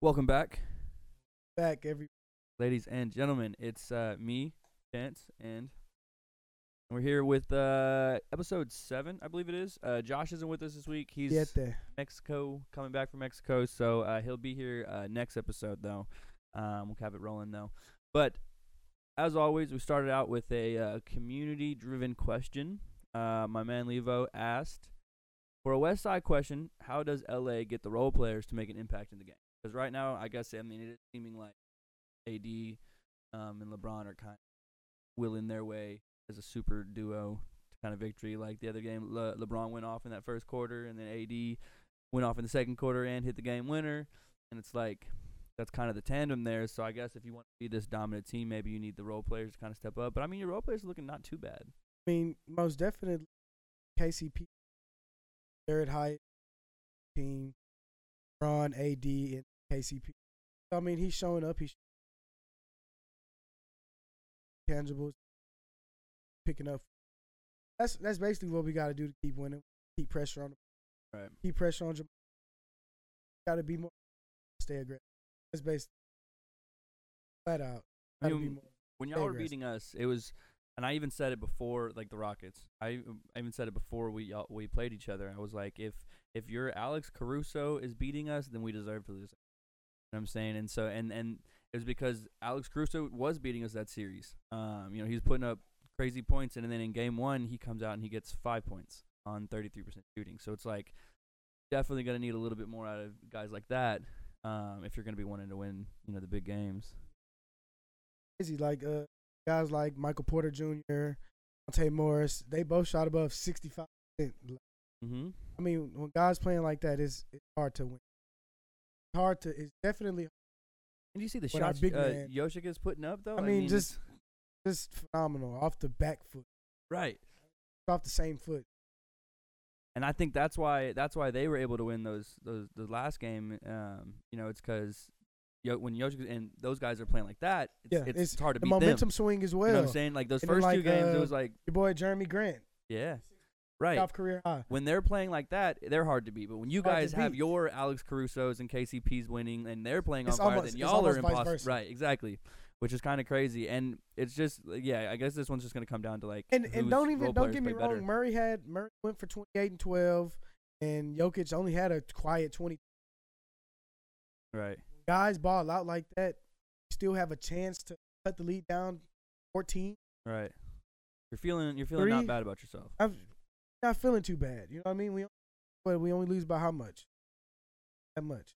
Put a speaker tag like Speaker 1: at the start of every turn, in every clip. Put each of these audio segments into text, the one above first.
Speaker 1: Welcome back,
Speaker 2: Back every
Speaker 1: ladies and gentlemen. It's uh, me, Chance, and we're here with uh, episode seven, I believe it is. Uh, Josh isn't with us this week. He's
Speaker 2: get there.
Speaker 1: Mexico, coming back from Mexico. So uh, he'll be here uh, next episode, though. Um, we'll have it rolling, though. But as always, we started out with a uh, community driven question. Uh, my man Levo asked for a West Side question How does LA get the role players to make an impact in the game? Because right now, I guess, I mean, it is seeming like AD um, and LeBron are kind of willing their way as a super duo to kind of victory. Like the other game, Le- LeBron went off in that first quarter, and then AD went off in the second quarter and hit the game winner. And it's like that's kind of the tandem there. So I guess if you want to be this dominant team, maybe you need the role players to kind of step up. But I mean, your role players are looking not too bad.
Speaker 2: I mean, most definitely KCP third highest team, Ron AD and KCP. I mean, he's showing up. He's tangibles, picking up. That's that's basically what we got to do to keep winning. Keep pressure on.
Speaker 1: Right.
Speaker 2: Keep pressure on. Jamal. Got to be more. Stay aggressive. That's basically flat out.
Speaker 1: I
Speaker 2: Gotta be
Speaker 1: mean,
Speaker 2: more.
Speaker 1: when y'all were
Speaker 2: Favors.
Speaker 1: beating us, it was, and I even said it before, like the Rockets. I, I even said it before we y'all, we played each other. I was like, if if your Alex Caruso is beating us, then we deserve to lose. You know what I'm saying, and so and and it was because Alex Caruso was beating us that series. Um, you know, he was putting up crazy points, and then in game one, he comes out and he gets five points on 33% shooting. So it's like definitely gonna need a little bit more out of guys like that um, if you're gonna be wanting to win, you know, the big games.
Speaker 2: crazy. Like uh, guys like Michael Porter Jr., Monte Morris, they both shot above sixty five percent.
Speaker 1: Mm-hmm.
Speaker 2: I mean, when guys playing like that, it's it's hard to win. It's hard to. It's definitely
Speaker 1: And you see the
Speaker 2: When our
Speaker 1: shots
Speaker 2: big
Speaker 1: uh,
Speaker 2: man-
Speaker 1: Yoshik is putting up, though.
Speaker 2: I mean,
Speaker 1: it's-
Speaker 2: just- just phenomenal off the back foot,
Speaker 1: right.
Speaker 2: off the same foot.
Speaker 1: And I think that's why that's why they were able to win those those the last game. Um, you know, it's because Yo, when Yoshik and those guys are playing like that, it's,
Speaker 2: Yeah,
Speaker 1: it's,
Speaker 2: it's
Speaker 1: hard to
Speaker 2: The
Speaker 1: beat
Speaker 2: momentum
Speaker 1: them.
Speaker 2: swing as well.
Speaker 1: You know what I'm saying? Like those
Speaker 2: And then,
Speaker 1: first two
Speaker 2: like,
Speaker 1: games, it
Speaker 2: uh,
Speaker 1: was like,
Speaker 2: Your boy Jeremy Grant,
Speaker 1: yeah, right.
Speaker 2: off career high.
Speaker 1: when they're playing like that, they're hard to beat. But when you
Speaker 2: Hard to
Speaker 1: guys have
Speaker 2: beat.
Speaker 1: your Alex Caruso's and KCP's winning and they're playing on
Speaker 2: It's
Speaker 1: fire,
Speaker 2: almost-
Speaker 1: then
Speaker 2: it's
Speaker 1: y'all are
Speaker 2: almost vice
Speaker 1: impossible.
Speaker 2: versa.
Speaker 1: Right, exactly. Which is kind of crazy. And it's just, like, yeah, I guess this one's just going to come down to like.
Speaker 2: And and
Speaker 1: whose
Speaker 2: don't
Speaker 1: role
Speaker 2: even don't
Speaker 1: players
Speaker 2: get me
Speaker 1: play
Speaker 2: wrong.
Speaker 1: better.
Speaker 2: Murray had Murray went for twenty eight and twelve, and Jokic only had a quiet twenty.
Speaker 1: Right.
Speaker 2: Guys ball out like that, still have a chance to cut the lead down fourteen.
Speaker 1: Right. You're feeling you're feeling not
Speaker 2: Three-
Speaker 1: bad about yourself.
Speaker 2: I'm not feeling too bad. You know what I mean? We but we only lose by how much? That much?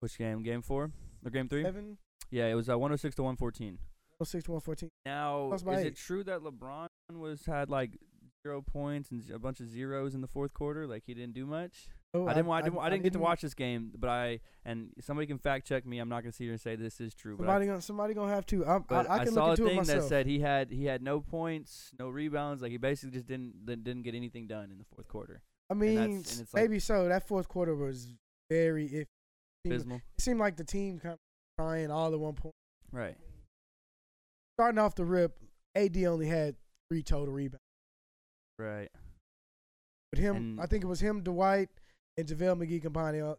Speaker 1: Which game? Game four or game three?
Speaker 2: Seven,
Speaker 1: Yeah, it was uh, 106 to 114.
Speaker 2: oh six, one fourteen.
Speaker 1: Now, is
Speaker 2: Lost by
Speaker 1: it
Speaker 2: eight.
Speaker 1: true that LeBron was had like zero points and a bunch of zeros in the fourth quarter? Like he didn't do much.
Speaker 2: Oh,
Speaker 1: I didn't. wa- I, didn't. I, didn't get to watch this game, but I and somebody can fact check me. I'm not gonna sit here and say this is true, but I,
Speaker 2: Somebody gonna somebody gonna have to. I, I,
Speaker 1: but
Speaker 2: I
Speaker 1: I
Speaker 2: can
Speaker 1: saw
Speaker 2: look
Speaker 1: a
Speaker 2: into it
Speaker 1: thing that
Speaker 2: myself.
Speaker 1: said he had he had no points, no rebounds. Like he basically just didn't didn't didn't get anything done in the fourth quarter.
Speaker 2: I
Speaker 1: that's-
Speaker 2: mean,
Speaker 1: and it's like-
Speaker 2: maybe so. That fourth quarter was very iffy. It
Speaker 1: Abysmal.
Speaker 2: seemed like the team kind of trying all at one point.
Speaker 1: Right.
Speaker 2: Starting off the rip, AD only had three total rebounds.
Speaker 1: Right.
Speaker 2: But him,
Speaker 1: And-
Speaker 2: I think it was him, Dwight, and JaVale McGee combined. all-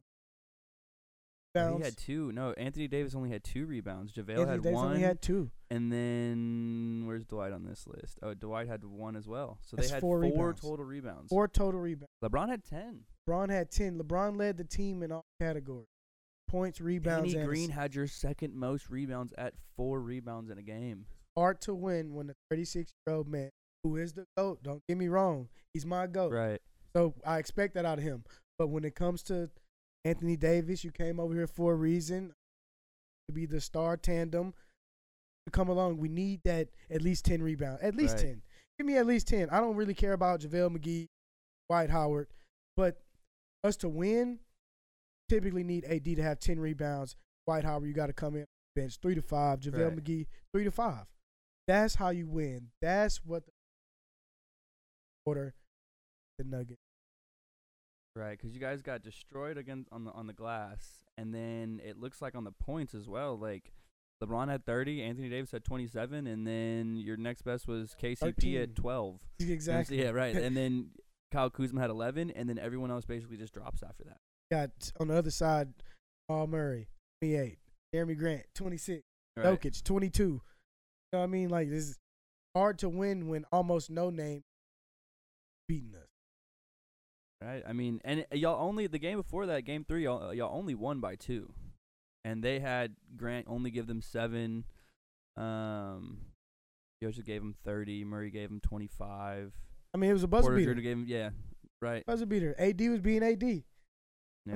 Speaker 1: He
Speaker 2: Bounce.
Speaker 1: had two. No, Anthony Davis only had two rebounds. JaVale
Speaker 2: Anthony
Speaker 1: had
Speaker 2: Davis
Speaker 1: one.
Speaker 2: only had two.
Speaker 1: And then where's Dwight on this list? Oh, Dwight had one as well. So they
Speaker 2: That's
Speaker 1: had four,
Speaker 2: four rebounds.
Speaker 1: total rebounds.
Speaker 2: Four total rebounds.
Speaker 1: LeBron had ten.
Speaker 2: LeBron had 10. LeBron led the team in all categories points, rebounds,
Speaker 1: Danny
Speaker 2: and
Speaker 1: Green
Speaker 2: assists.
Speaker 1: had your second most rebounds at four rebounds in a game.
Speaker 2: Hard to win when the 36 year old man, who is the GOAT, don't get me wrong, he's my GOAT.
Speaker 1: Right.
Speaker 2: So I expect that out of him. But when it comes to Anthony Davis, you came over here for a reason to be the star tandem. To come along, we need that at least 10 rebounds. At least
Speaker 1: Right.
Speaker 2: 10. Give me at least 10. I don't really care about JaVale McGee, White Howard, but us to win, typically need AD to have 10 rebounds. White Howard, you got to come in bench three to five. JaVale
Speaker 1: Right.
Speaker 2: McGee, three to five. That's how you win. That's what the order the Nuggets.
Speaker 1: Right, because you guys got destroyed again on the on the glass, and then it looks like on the points as well. Like LeBron had thirty, Anthony Davis had twenty seven, and then your next best was KCP at
Speaker 2: 13.
Speaker 1: twelve. You know what I'm
Speaker 2: Exactly.
Speaker 1: saying? Yeah, right. And then Kyle Kuzma had eleven, and then everyone else basically just drops after that.
Speaker 2: Got on the other side, Paul Murray, 28. Jeremy Grant, 26.
Speaker 1: Right.
Speaker 2: Jokic, 22. You know what I mean? Like, this is hard to win when almost no name beating us.
Speaker 1: Right. I mean, and it- y'all only the game before that, game three, y'all, uh, y'all only won by two, and they had Grant only give them seven. Um, Jokic gave him thirty. Murray gave him twenty-five.
Speaker 2: I mean, it was a buzzer
Speaker 1: Porter
Speaker 2: beater.
Speaker 1: Jr. gave him yeah, right.
Speaker 2: Buzzer beater. AD was being AD.
Speaker 1: Yeah.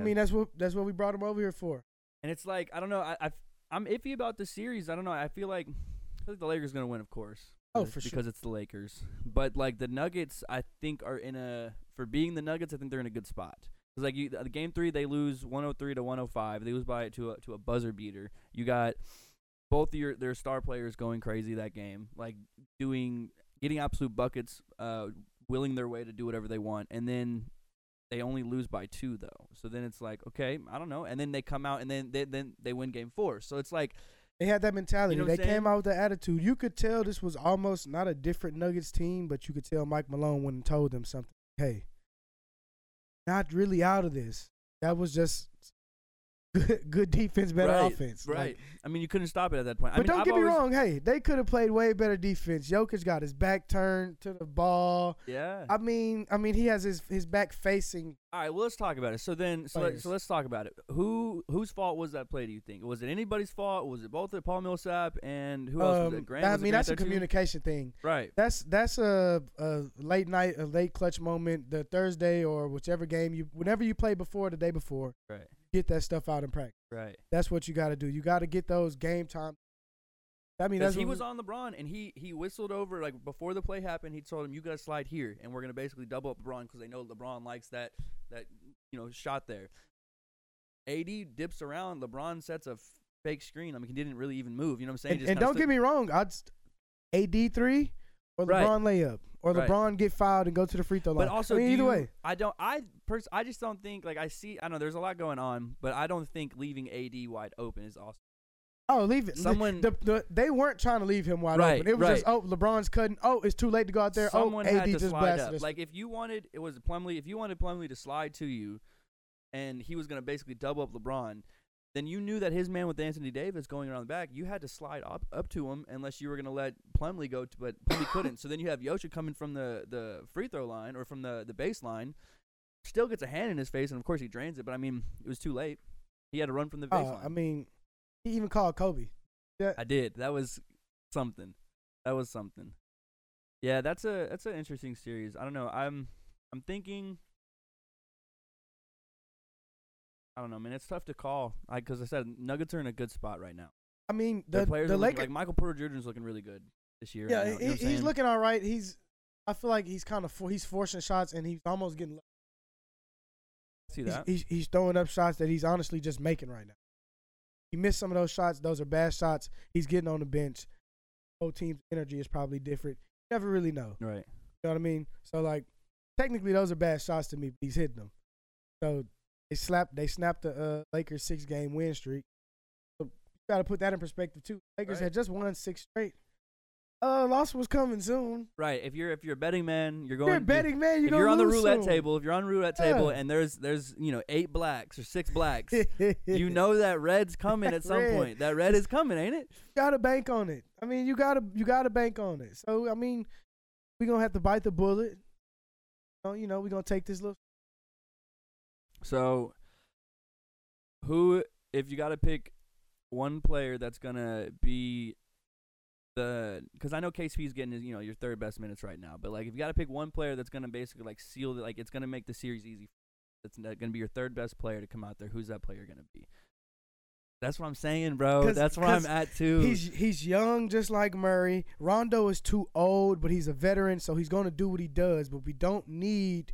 Speaker 2: I mean, that's what that's what we brought him over here for.
Speaker 1: and it's like I don't know. I, I I'm iffy about the series. I don't know. I feel like I feel like the Lakers gonna win, of course.
Speaker 2: Oh,
Speaker 1: because-
Speaker 2: for sure.
Speaker 1: because it's the Lakers. But like the Nuggets, I think are in a for being the Nuggets. I think they're in a good spot. Cause like you, the game three, they lose 103 to 105. They lose by to a, to a buzzer beater. You got both your their star players going crazy that game, like doing getting absolute buckets, uh, willing their way to do whatever they want, and then they only lose by two though. So then it's like, okay, I don't know. And then they come out and then they, then they win game four. So it's like,
Speaker 2: They had that mentality.
Speaker 1: You know what
Speaker 2: they
Speaker 1: I'm saying?
Speaker 2: came out with that attitude. You could tell this was almost not a different Nuggets team, but you could tell Mike Malone went and told them something. Hey, not really out of this. That was just good, good defense, better
Speaker 1: right,
Speaker 2: offense. Like,
Speaker 1: right? I mean, you couldn't stop it at that point. I
Speaker 2: but
Speaker 1: mean,
Speaker 2: don't
Speaker 1: I've
Speaker 2: get me
Speaker 1: always-
Speaker 2: wrong. Hey, they could have played way better defense. Jokic got his back turned to the ball.
Speaker 1: Yeah.
Speaker 2: I mean, I mean, he has his his back facing.
Speaker 1: All right, well, let's talk about it. So then, so, let,
Speaker 2: Players.
Speaker 1: so let's talk about it. Who whose fault was that play? Do you think was it anybody's fault? Was it both Paul Millsap and who else? Was
Speaker 2: um,
Speaker 1: it? Grant.
Speaker 2: I
Speaker 1: was it
Speaker 2: mean,
Speaker 1: Grant
Speaker 2: that's a
Speaker 1: there too?
Speaker 2: communication thing.
Speaker 1: Right.
Speaker 2: That's that's a, a late night, a late clutch moment. The Thursday or whichever game you, whenever you play before the day before,
Speaker 1: Right.
Speaker 2: get that stuff out in practice.
Speaker 1: Right.
Speaker 2: That's what you got to do. You got to get those game time. I mean, that's
Speaker 1: Because he
Speaker 2: what
Speaker 1: was
Speaker 2: we-
Speaker 1: on LeBron and he he whistled over like before the play happened. He told him, "You got to slide here, and we're gonna basically double up LeBron because they know LeBron likes that that you know shot there." AD dips around. LeBron sets a f- fake screen. I mean, he didn't really even move. You know what I'm saying?
Speaker 2: And,
Speaker 1: Just
Speaker 2: and
Speaker 1: kinda
Speaker 2: don't
Speaker 1: stood-
Speaker 2: get me wrong, I'd st- AD three or
Speaker 1: Right.
Speaker 2: LeBron layup or
Speaker 1: Right.
Speaker 2: LeBron get fouled and go to the free throw line.
Speaker 1: But also,
Speaker 2: I mean,
Speaker 1: do
Speaker 2: either
Speaker 1: you-
Speaker 2: way,
Speaker 1: I don't. I pers- I just don't think like I see. I know there's a lot going on, but I don't think leaving AD wide open is awesome.
Speaker 2: oh, leave it. The-
Speaker 1: someone-
Speaker 2: the, the, they weren't trying to leave him wide
Speaker 1: Right,
Speaker 2: open. It was just
Speaker 1: right.
Speaker 2: oh, LeBron's cutting. Oh, it's too late to go out there.
Speaker 1: Someone
Speaker 2: oh,
Speaker 1: had
Speaker 2: AD
Speaker 1: to
Speaker 2: just
Speaker 1: slide
Speaker 2: blasted
Speaker 1: up.
Speaker 2: us.
Speaker 1: Like if you wanted, it was Plumlee. If you wanted Plumlee to slide to you, and he was going to basically double up LeBron, then you knew that his man with Anthony Davis going around the back, you had to slide up up to him unless you were going to let Plumlee go. To, but Plumlee couldn't. So then you have Yosha coming from the the free throw line or from the the baseline, still gets a hand in his face, and of course he drains it. But I mean, it was too late. He had to run from the baseline.
Speaker 2: oh, I mean, he even called Kobe. Yeah,
Speaker 1: I did. That was something. That was something. Yeah, that's a that's an interesting series. I don't know. I'm I'm thinking. I don't know, man. It's tough to call. I because I said Nuggets are in a good spot right now.
Speaker 2: I mean,
Speaker 1: The
Speaker 2: the
Speaker 1: players
Speaker 2: the
Speaker 1: are looking,
Speaker 2: Lakers.
Speaker 1: like Michael Porter Jr. is looking really good this year.
Speaker 2: yeah,
Speaker 1: right now, you know
Speaker 2: he,
Speaker 1: what I'm
Speaker 2: he's
Speaker 1: saying?
Speaker 2: looking all right. He's, I feel like he's kind of for, he's forcing shots and he's almost getting.
Speaker 1: See
Speaker 2: He's,
Speaker 1: that?
Speaker 2: he's, he's throwing up shots that he's honestly just making right now. He missed some of those shots. Those are bad shots. He's getting on the bench. Whole team's energy is probably different. You never really know.
Speaker 1: right.
Speaker 2: You know what I mean? So like, technically those are bad shots to me, but he's hitting them. So they slapped, they snapped the uh, Lakers six game win streak. So you got to put that in perspective too. Lakers
Speaker 1: Right.
Speaker 2: had just won six straight. Uh, loss was coming soon.
Speaker 1: Right. If you're if you're a betting man, you're going
Speaker 2: You're a betting man. You're
Speaker 1: if
Speaker 2: gonna
Speaker 1: you're on the
Speaker 2: lose
Speaker 1: roulette
Speaker 2: soon.
Speaker 1: table, if you're on roulette table,
Speaker 2: Yeah.
Speaker 1: and there's there's you know eight blacks or six blacks, you know that red's coming at some
Speaker 2: Red.
Speaker 1: point. That red is coming, ain't it?
Speaker 2: gotta bank on it. I mean, you gotta you gotta bank on it. So I mean, we gonna have to bite the bullet. So, you know, we gonna take this little.
Speaker 1: So, who, if you got to pick one player that's gonna be the, because I know KCP's getting his, you know, your third best minutes right now, but like if you got to pick one player that's gonna basically like seal, the, like it's gonna make the series easy. That's not gonna be your third best player to come out there. Who's that player gonna be? That's what I'm saying, bro.
Speaker 2: 'Cause-
Speaker 1: That's where I'm
Speaker 2: 'cause
Speaker 1: at too.
Speaker 2: He's he's young, just like Murray. Rondo is too old, but he's a veteran, so he's gonna do what he does. But we don't need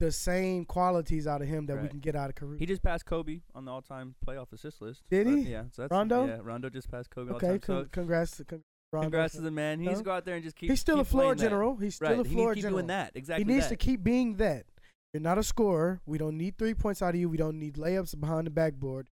Speaker 2: the same qualities out of him that we
Speaker 1: Right.
Speaker 2: can get out of Caruso.
Speaker 1: He just passed Kobe on the all-time playoff assist list.
Speaker 2: Did
Speaker 1: But,
Speaker 2: he?
Speaker 1: Yeah. So that's
Speaker 2: Rondo?
Speaker 1: Yeah, Rondo just passed Kobe
Speaker 2: okay,
Speaker 1: all-time. So
Speaker 2: con- congrats, to- con- Rondo.
Speaker 1: congrats to the man. He needs
Speaker 2: No.
Speaker 1: to go out there and just keep.
Speaker 2: he's still a
Speaker 1: keep
Speaker 2: floor
Speaker 1: playing that.
Speaker 2: general. He's still a
Speaker 1: he
Speaker 2: floor
Speaker 1: needs to keep
Speaker 2: general.
Speaker 1: doing that. Exactly.
Speaker 2: he needs
Speaker 1: that.
Speaker 2: to keep being that. You're not a scorer. We don't need three points out of you. We don't need layups behind the backboard.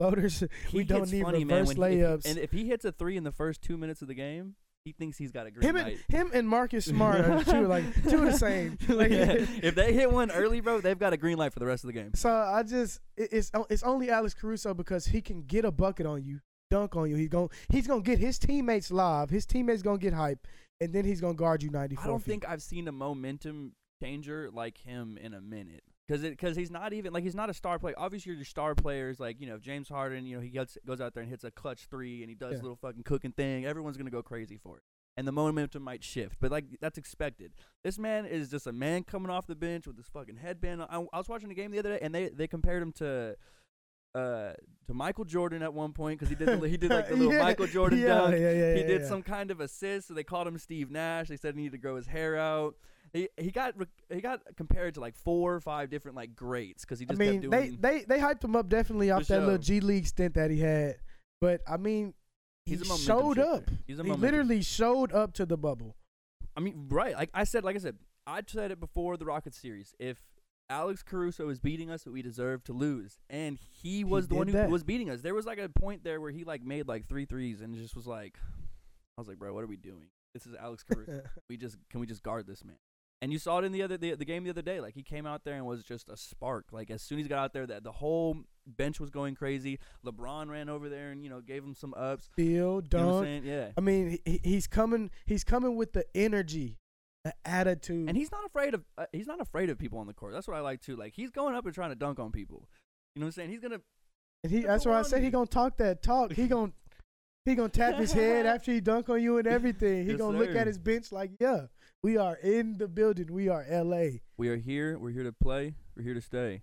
Speaker 2: Floaters.
Speaker 1: He
Speaker 2: we don't
Speaker 1: gets
Speaker 2: need
Speaker 1: funny, man,
Speaker 2: reverse
Speaker 1: when he- if he-
Speaker 2: layups.
Speaker 1: and if he hits a three in the first two minutes of the game, He thinks he's got a green
Speaker 2: Him and
Speaker 1: light.
Speaker 2: him and Marcus Smart are two like two of the same. Like,
Speaker 1: Yeah. If they hit one early, bro, they've got a green light for the rest of the game.
Speaker 2: So I just it- it's o- it's only Alex Caruso because he can get a bucket on you, dunk on you. He's going he's gonna get his teammates live. His teammates gonna get hype, and then he's gonna guard you ninety four.
Speaker 1: I don't think I've seen a momentum changer like him in a minute. Cause, it, Cause, he's not even like he's not a star player. Obviously, your star players like you know James Harden. You know he gets, goes out there and hits a clutch three, and he does
Speaker 2: Yeah.
Speaker 1: little fucking cooking thing. Everyone's gonna go crazy for it, and the momentum might shift. But like that's expected. This man is just a man coming off the bench with his fucking headband. on. I, I was watching a game the other day, and they they compared him to. Uh, to Michael Jordan at one point because he did the, he did like the little
Speaker 2: Yeah,
Speaker 1: Michael Jordan
Speaker 2: yeah,
Speaker 1: dunk
Speaker 2: yeah, yeah,
Speaker 1: he
Speaker 2: yeah,
Speaker 1: did
Speaker 2: yeah.
Speaker 1: some kind of assist, so they called him Steve Nash. They said he needed to grow his hair out. He he got re- he got compared to like four or five different like greats because he
Speaker 2: I
Speaker 1: just
Speaker 2: mean,
Speaker 1: kept
Speaker 2: they,
Speaker 1: doing.
Speaker 2: they they hyped him up definitely off
Speaker 1: For
Speaker 2: that little
Speaker 1: sure.
Speaker 2: G League stint that he had, but I mean, he
Speaker 1: he's a momentum
Speaker 2: showed
Speaker 1: shifter.
Speaker 2: up.
Speaker 1: He's a
Speaker 2: He
Speaker 1: momentum-
Speaker 2: literally showed up to the bubble.
Speaker 1: I mean, right? Like I said, like I said, I said it before the Rockets series. If Alex Caruso is beating us, we deserve to lose, and he was the
Speaker 2: did
Speaker 1: one who
Speaker 2: that.
Speaker 1: was beating us. There was like a point there where he like made like three threes, and it just was like, I was like, bro, what are we doing? This is Alex Caruso. we just can we just guard this man and you saw it in the other the, the game the other day like he came out there and was just a spark like as soon as he got out there that the whole bench was going crazy lebron ran over there and you know gave him some ups
Speaker 2: Steal,
Speaker 1: you know what I'm
Speaker 2: dunk.
Speaker 1: saying? yeah
Speaker 2: I mean, he- he, he's coming. He's coming with the energy, the attitude.
Speaker 1: and he's not afraid of uh, he's not afraid of people on the court that's what i like too like he's going up and trying to dunk on people you know what i'm saying he's gonna
Speaker 2: And he,
Speaker 1: That's
Speaker 2: that's
Speaker 1: the
Speaker 2: why I
Speaker 1: one
Speaker 2: said he
Speaker 1: dude.
Speaker 2: gonna talk that talk. He gonna he gonna tap his head after he dunk on you and everything. He
Speaker 1: Yes,
Speaker 2: gonna look
Speaker 1: sir.
Speaker 2: at his bench like, yeah, we are in the building. We are L.A.
Speaker 1: we are here we're here to play we're here to stay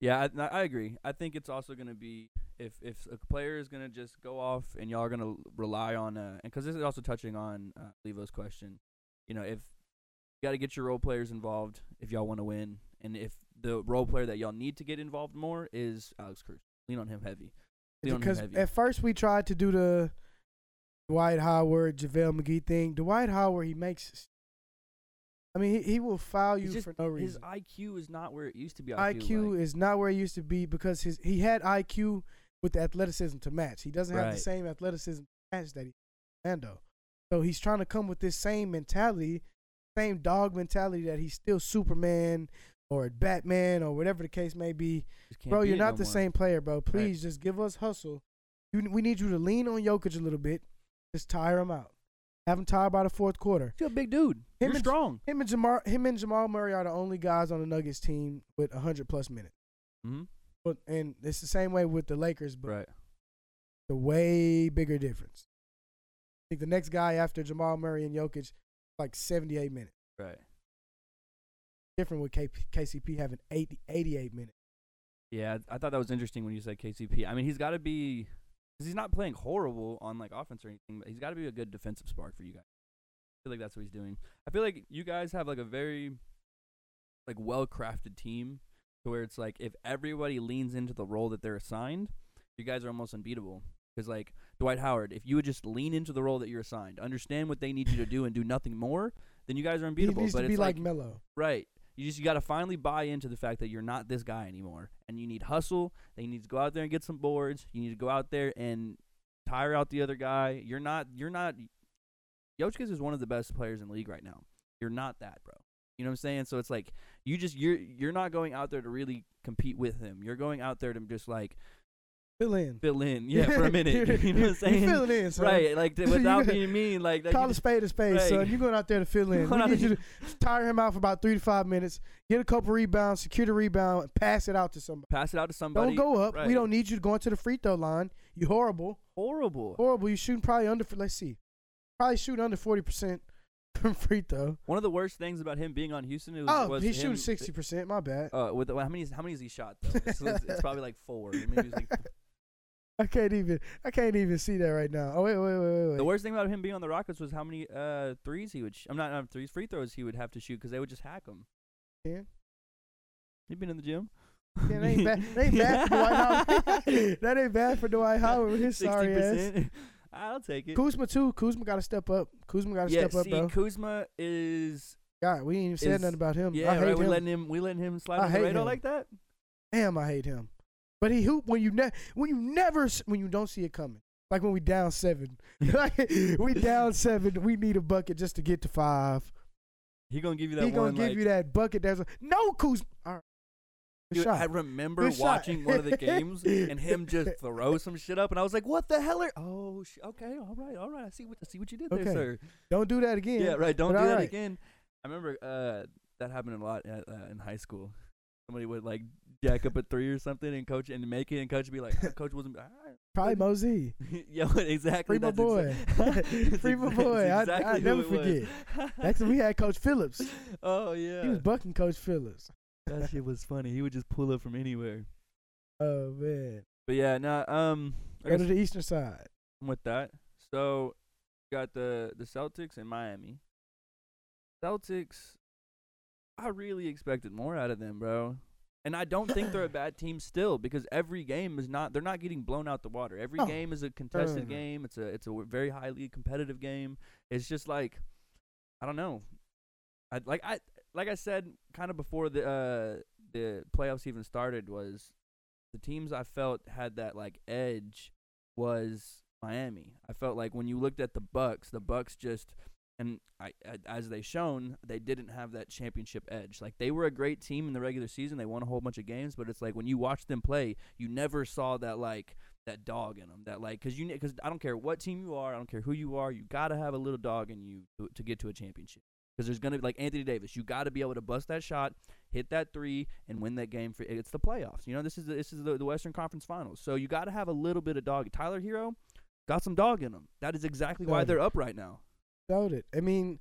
Speaker 1: yeah i, I agree i think it's also going to be if if a player is going to just go off and y'all are going to rely on uh and because this is also touching on uh, levo's question you know if you got to get your role players involved if y'all want to win and if the role player that y'all need to get involved more is alex cruz lean on him heavy lean on him
Speaker 2: Because
Speaker 1: heavy
Speaker 2: at first we tried to do the Dwight Howard, JaVale McGee thing. Dwight Howard, he makes. I mean, he, he will foul
Speaker 1: He's
Speaker 2: you
Speaker 1: just-
Speaker 2: for no
Speaker 1: his
Speaker 2: reason.
Speaker 1: iq is not where it used to be I feel
Speaker 2: IQ
Speaker 1: like.
Speaker 2: is not where he used to be because his he had IQ with the athleticism to match. He doesn't have
Speaker 1: Right.
Speaker 2: the same athleticism to match that he Orlando. So he's trying to come with this same mentality, same dog mentality that he's still Superman or Batman or whatever the case may be.
Speaker 1: Just can't
Speaker 2: bro,
Speaker 1: be
Speaker 2: you're
Speaker 1: it
Speaker 2: not
Speaker 1: no
Speaker 2: the
Speaker 1: more.
Speaker 2: same player, bro. Please just give us hustle. You, we need you to lean on Jokic a little bit. Just tire him out. Have him tired by the fourth quarter.
Speaker 1: you're a big dude
Speaker 2: Him
Speaker 1: you're
Speaker 2: and-
Speaker 1: strong
Speaker 2: Him and Jamal, him and Jamal Murray are the only guys on the Nuggets team with 100 plus minutes.
Speaker 1: mm-hmm.
Speaker 2: But and it's the same way with the Lakers, but
Speaker 1: right
Speaker 2: the way bigger difference. I think the next guy after Jamal Murray and Jokic, like 78 minutes.
Speaker 1: right
Speaker 2: Different with KP, KCP having 80, 88 minutes.
Speaker 1: Yeah, I thought that was interesting when you said KCP. I mean, he's got to be, cause he's not playing horrible on like offense or anything, but he's got to be a good defensive spark for you guys. I feel like that's what he's doing. I feel like you guys have like a very, like well crafted team, to where it's like if everybody leans into the role that they're assigned, you guys are almost unbeatable. Because like Dwight Howard, if you would just lean into the role that you're assigned, understand what they need you to do, and do nothing more, then you guys are unbeatable.
Speaker 2: he needs
Speaker 1: but
Speaker 2: to be
Speaker 1: it's
Speaker 2: like,
Speaker 1: like
Speaker 2: Melo.
Speaker 1: Right. You just you got to finally buy into the fact that you're not this guy anymore, and you need hustle. That you need to go out there and get some boards. You need to go out there and tire out the other guy. You're not. You're not. Jokic is one of the best players in the league right now. You're not that, bro. You know what I'm saying? So it's like you just you're you're not going out there to really compete with him. You're going out there to just like
Speaker 2: Fill in.
Speaker 1: fill in, yeah, for a minute. you know what I'm
Speaker 2: You
Speaker 1: saying?
Speaker 2: fill in, son.
Speaker 1: Right, like to-
Speaker 2: You
Speaker 1: without
Speaker 2: gotta-
Speaker 1: being mean, like that you
Speaker 2: Call a
Speaker 1: just-
Speaker 2: spade a spade,
Speaker 1: Right.
Speaker 2: son. You're going out there to fill in.
Speaker 1: going
Speaker 2: We
Speaker 1: out
Speaker 2: need
Speaker 1: there
Speaker 2: you to tire him out for about three to five minutes. Get a couple rebounds, secure the rebound, and pass it out to somebody.
Speaker 1: pass it out to somebody.
Speaker 2: don't go up.
Speaker 1: Right.
Speaker 2: We don't need you to go into the free throw line. You horrible.
Speaker 1: horrible.
Speaker 2: horrible. You shooting probably under. Let's see, probably shooting under forty percent from free throw.
Speaker 1: One of the worst things about him being on Houston was,
Speaker 2: Oh,
Speaker 1: was
Speaker 2: he's
Speaker 1: him-
Speaker 2: shooting sixty percent. My bad.
Speaker 1: Uh, with the, well, how many? is- How many has he shot though? It's, it's- it's probably like four. Maybe it's like
Speaker 2: I can't even. I can't even see that right now. Oh wait, wait, wait, wait, wait.
Speaker 1: the worst thing about him being on the Rockets was how many uh threes he would. Sh- I'm not not threes, free throws he would have to shoot because they would just hack him.
Speaker 2: Yeah.
Speaker 1: he been in the gym.
Speaker 2: Yeah, that ain't bad. That ain't bad for Dwight Howard. that ain't bad for Dwight Howard with his sorry ass.
Speaker 1: 60%. I'll take it.
Speaker 2: Kuzma too. Kuzma got to step up. Kuzma got to
Speaker 1: yeah,
Speaker 2: step up,
Speaker 1: see,
Speaker 2: bro.
Speaker 1: Kuzma is
Speaker 2: God, we ain't even said
Speaker 1: is-
Speaker 2: nothing about him.
Speaker 1: yeah,
Speaker 2: Um, I hate
Speaker 1: right. We
Speaker 2: him.
Speaker 1: letting him, we letting him slide
Speaker 2: I
Speaker 1: on the
Speaker 2: hate
Speaker 1: radar
Speaker 2: him.
Speaker 1: like that.
Speaker 2: Damn, I hate him. But he hoop when you ne- when you never s- when you don't see it coming. Like when we down seven, Like, we down seven. We need a bucket just to get to five.
Speaker 1: He gonna give you that
Speaker 2: he gonna
Speaker 1: one.
Speaker 2: give
Speaker 1: like,
Speaker 2: you that bucket. That's a, no Kuzma. All right. Good
Speaker 1: Dude, I
Speaker 2: shot.
Speaker 1: remember
Speaker 2: Good shot.
Speaker 1: watching one of the games and him just throw some shit up, and I was like, "What the hell? Are, oh, sh- okay, all right, all right. I see what I see what you did
Speaker 2: Okay.
Speaker 1: there, sir.
Speaker 2: Don't do that again.
Speaker 1: Yeah, right. Don't
Speaker 2: but
Speaker 1: do
Speaker 2: all
Speaker 1: that
Speaker 2: right.
Speaker 1: again." I remember uh, that happened a lot at, uh, in high school. Somebody would like jack up a three or something, and coach and make it, and coach would be like, "Ah, "Coach wasn't." all right."
Speaker 2: Probably Mosey.
Speaker 1: yeah, what- exactly.
Speaker 2: Free my
Speaker 1: that's exa- that's
Speaker 2: Free my
Speaker 1: exa- that's
Speaker 2: boy. I-
Speaker 1: Exactly
Speaker 2: I'll
Speaker 1: who
Speaker 2: never
Speaker 1: it was.
Speaker 2: That's we had Coach Phillips.
Speaker 1: oh
Speaker 2: He
Speaker 1: yeah,
Speaker 2: was bucking Coach Phillips.
Speaker 1: that shit was funny. He would just pull up from anywhere.
Speaker 2: Oh man.
Speaker 1: But yeah, now um, I
Speaker 2: Go
Speaker 1: guess-
Speaker 2: to the eastern side.
Speaker 1: with that. So got the the Celtics and Miami. Celtics I really expected more out of them, bro. And I don't think they're a bad team still because every game is not they're not getting blown out the water. Every
Speaker 2: No.
Speaker 1: game is a contested
Speaker 2: no.
Speaker 1: game. It's a it's a very highly competitive game. It's just like I don't know. I like I like I said kind of before the uh the playoffs even started was the teams I felt had that like edge was Miami. I felt like when you looked at the Bucks, the Bucks just and I, I, as they shown, they didn't have that championship edge. Like they were a great team in the regular season. They won a whole bunch of games, but it's like when you watch them play, you never saw that like that dog in them. That like cuz you cuz I don't care what team you are, I don't care who you are, you got to have a little dog in you to, to get to a championship. Cuz there's going to be like Anthony Davis, you got to be able to bust that shot hit that three and win that game for it's the playoffs. You know, this is the, this is the, the Western Conference Finals. So you got to have a little bit of dog. Tyler Hero got some dog in him. That is exactly why
Speaker 2: Dog.
Speaker 1: they're up right now.
Speaker 2: Showed it. I mean,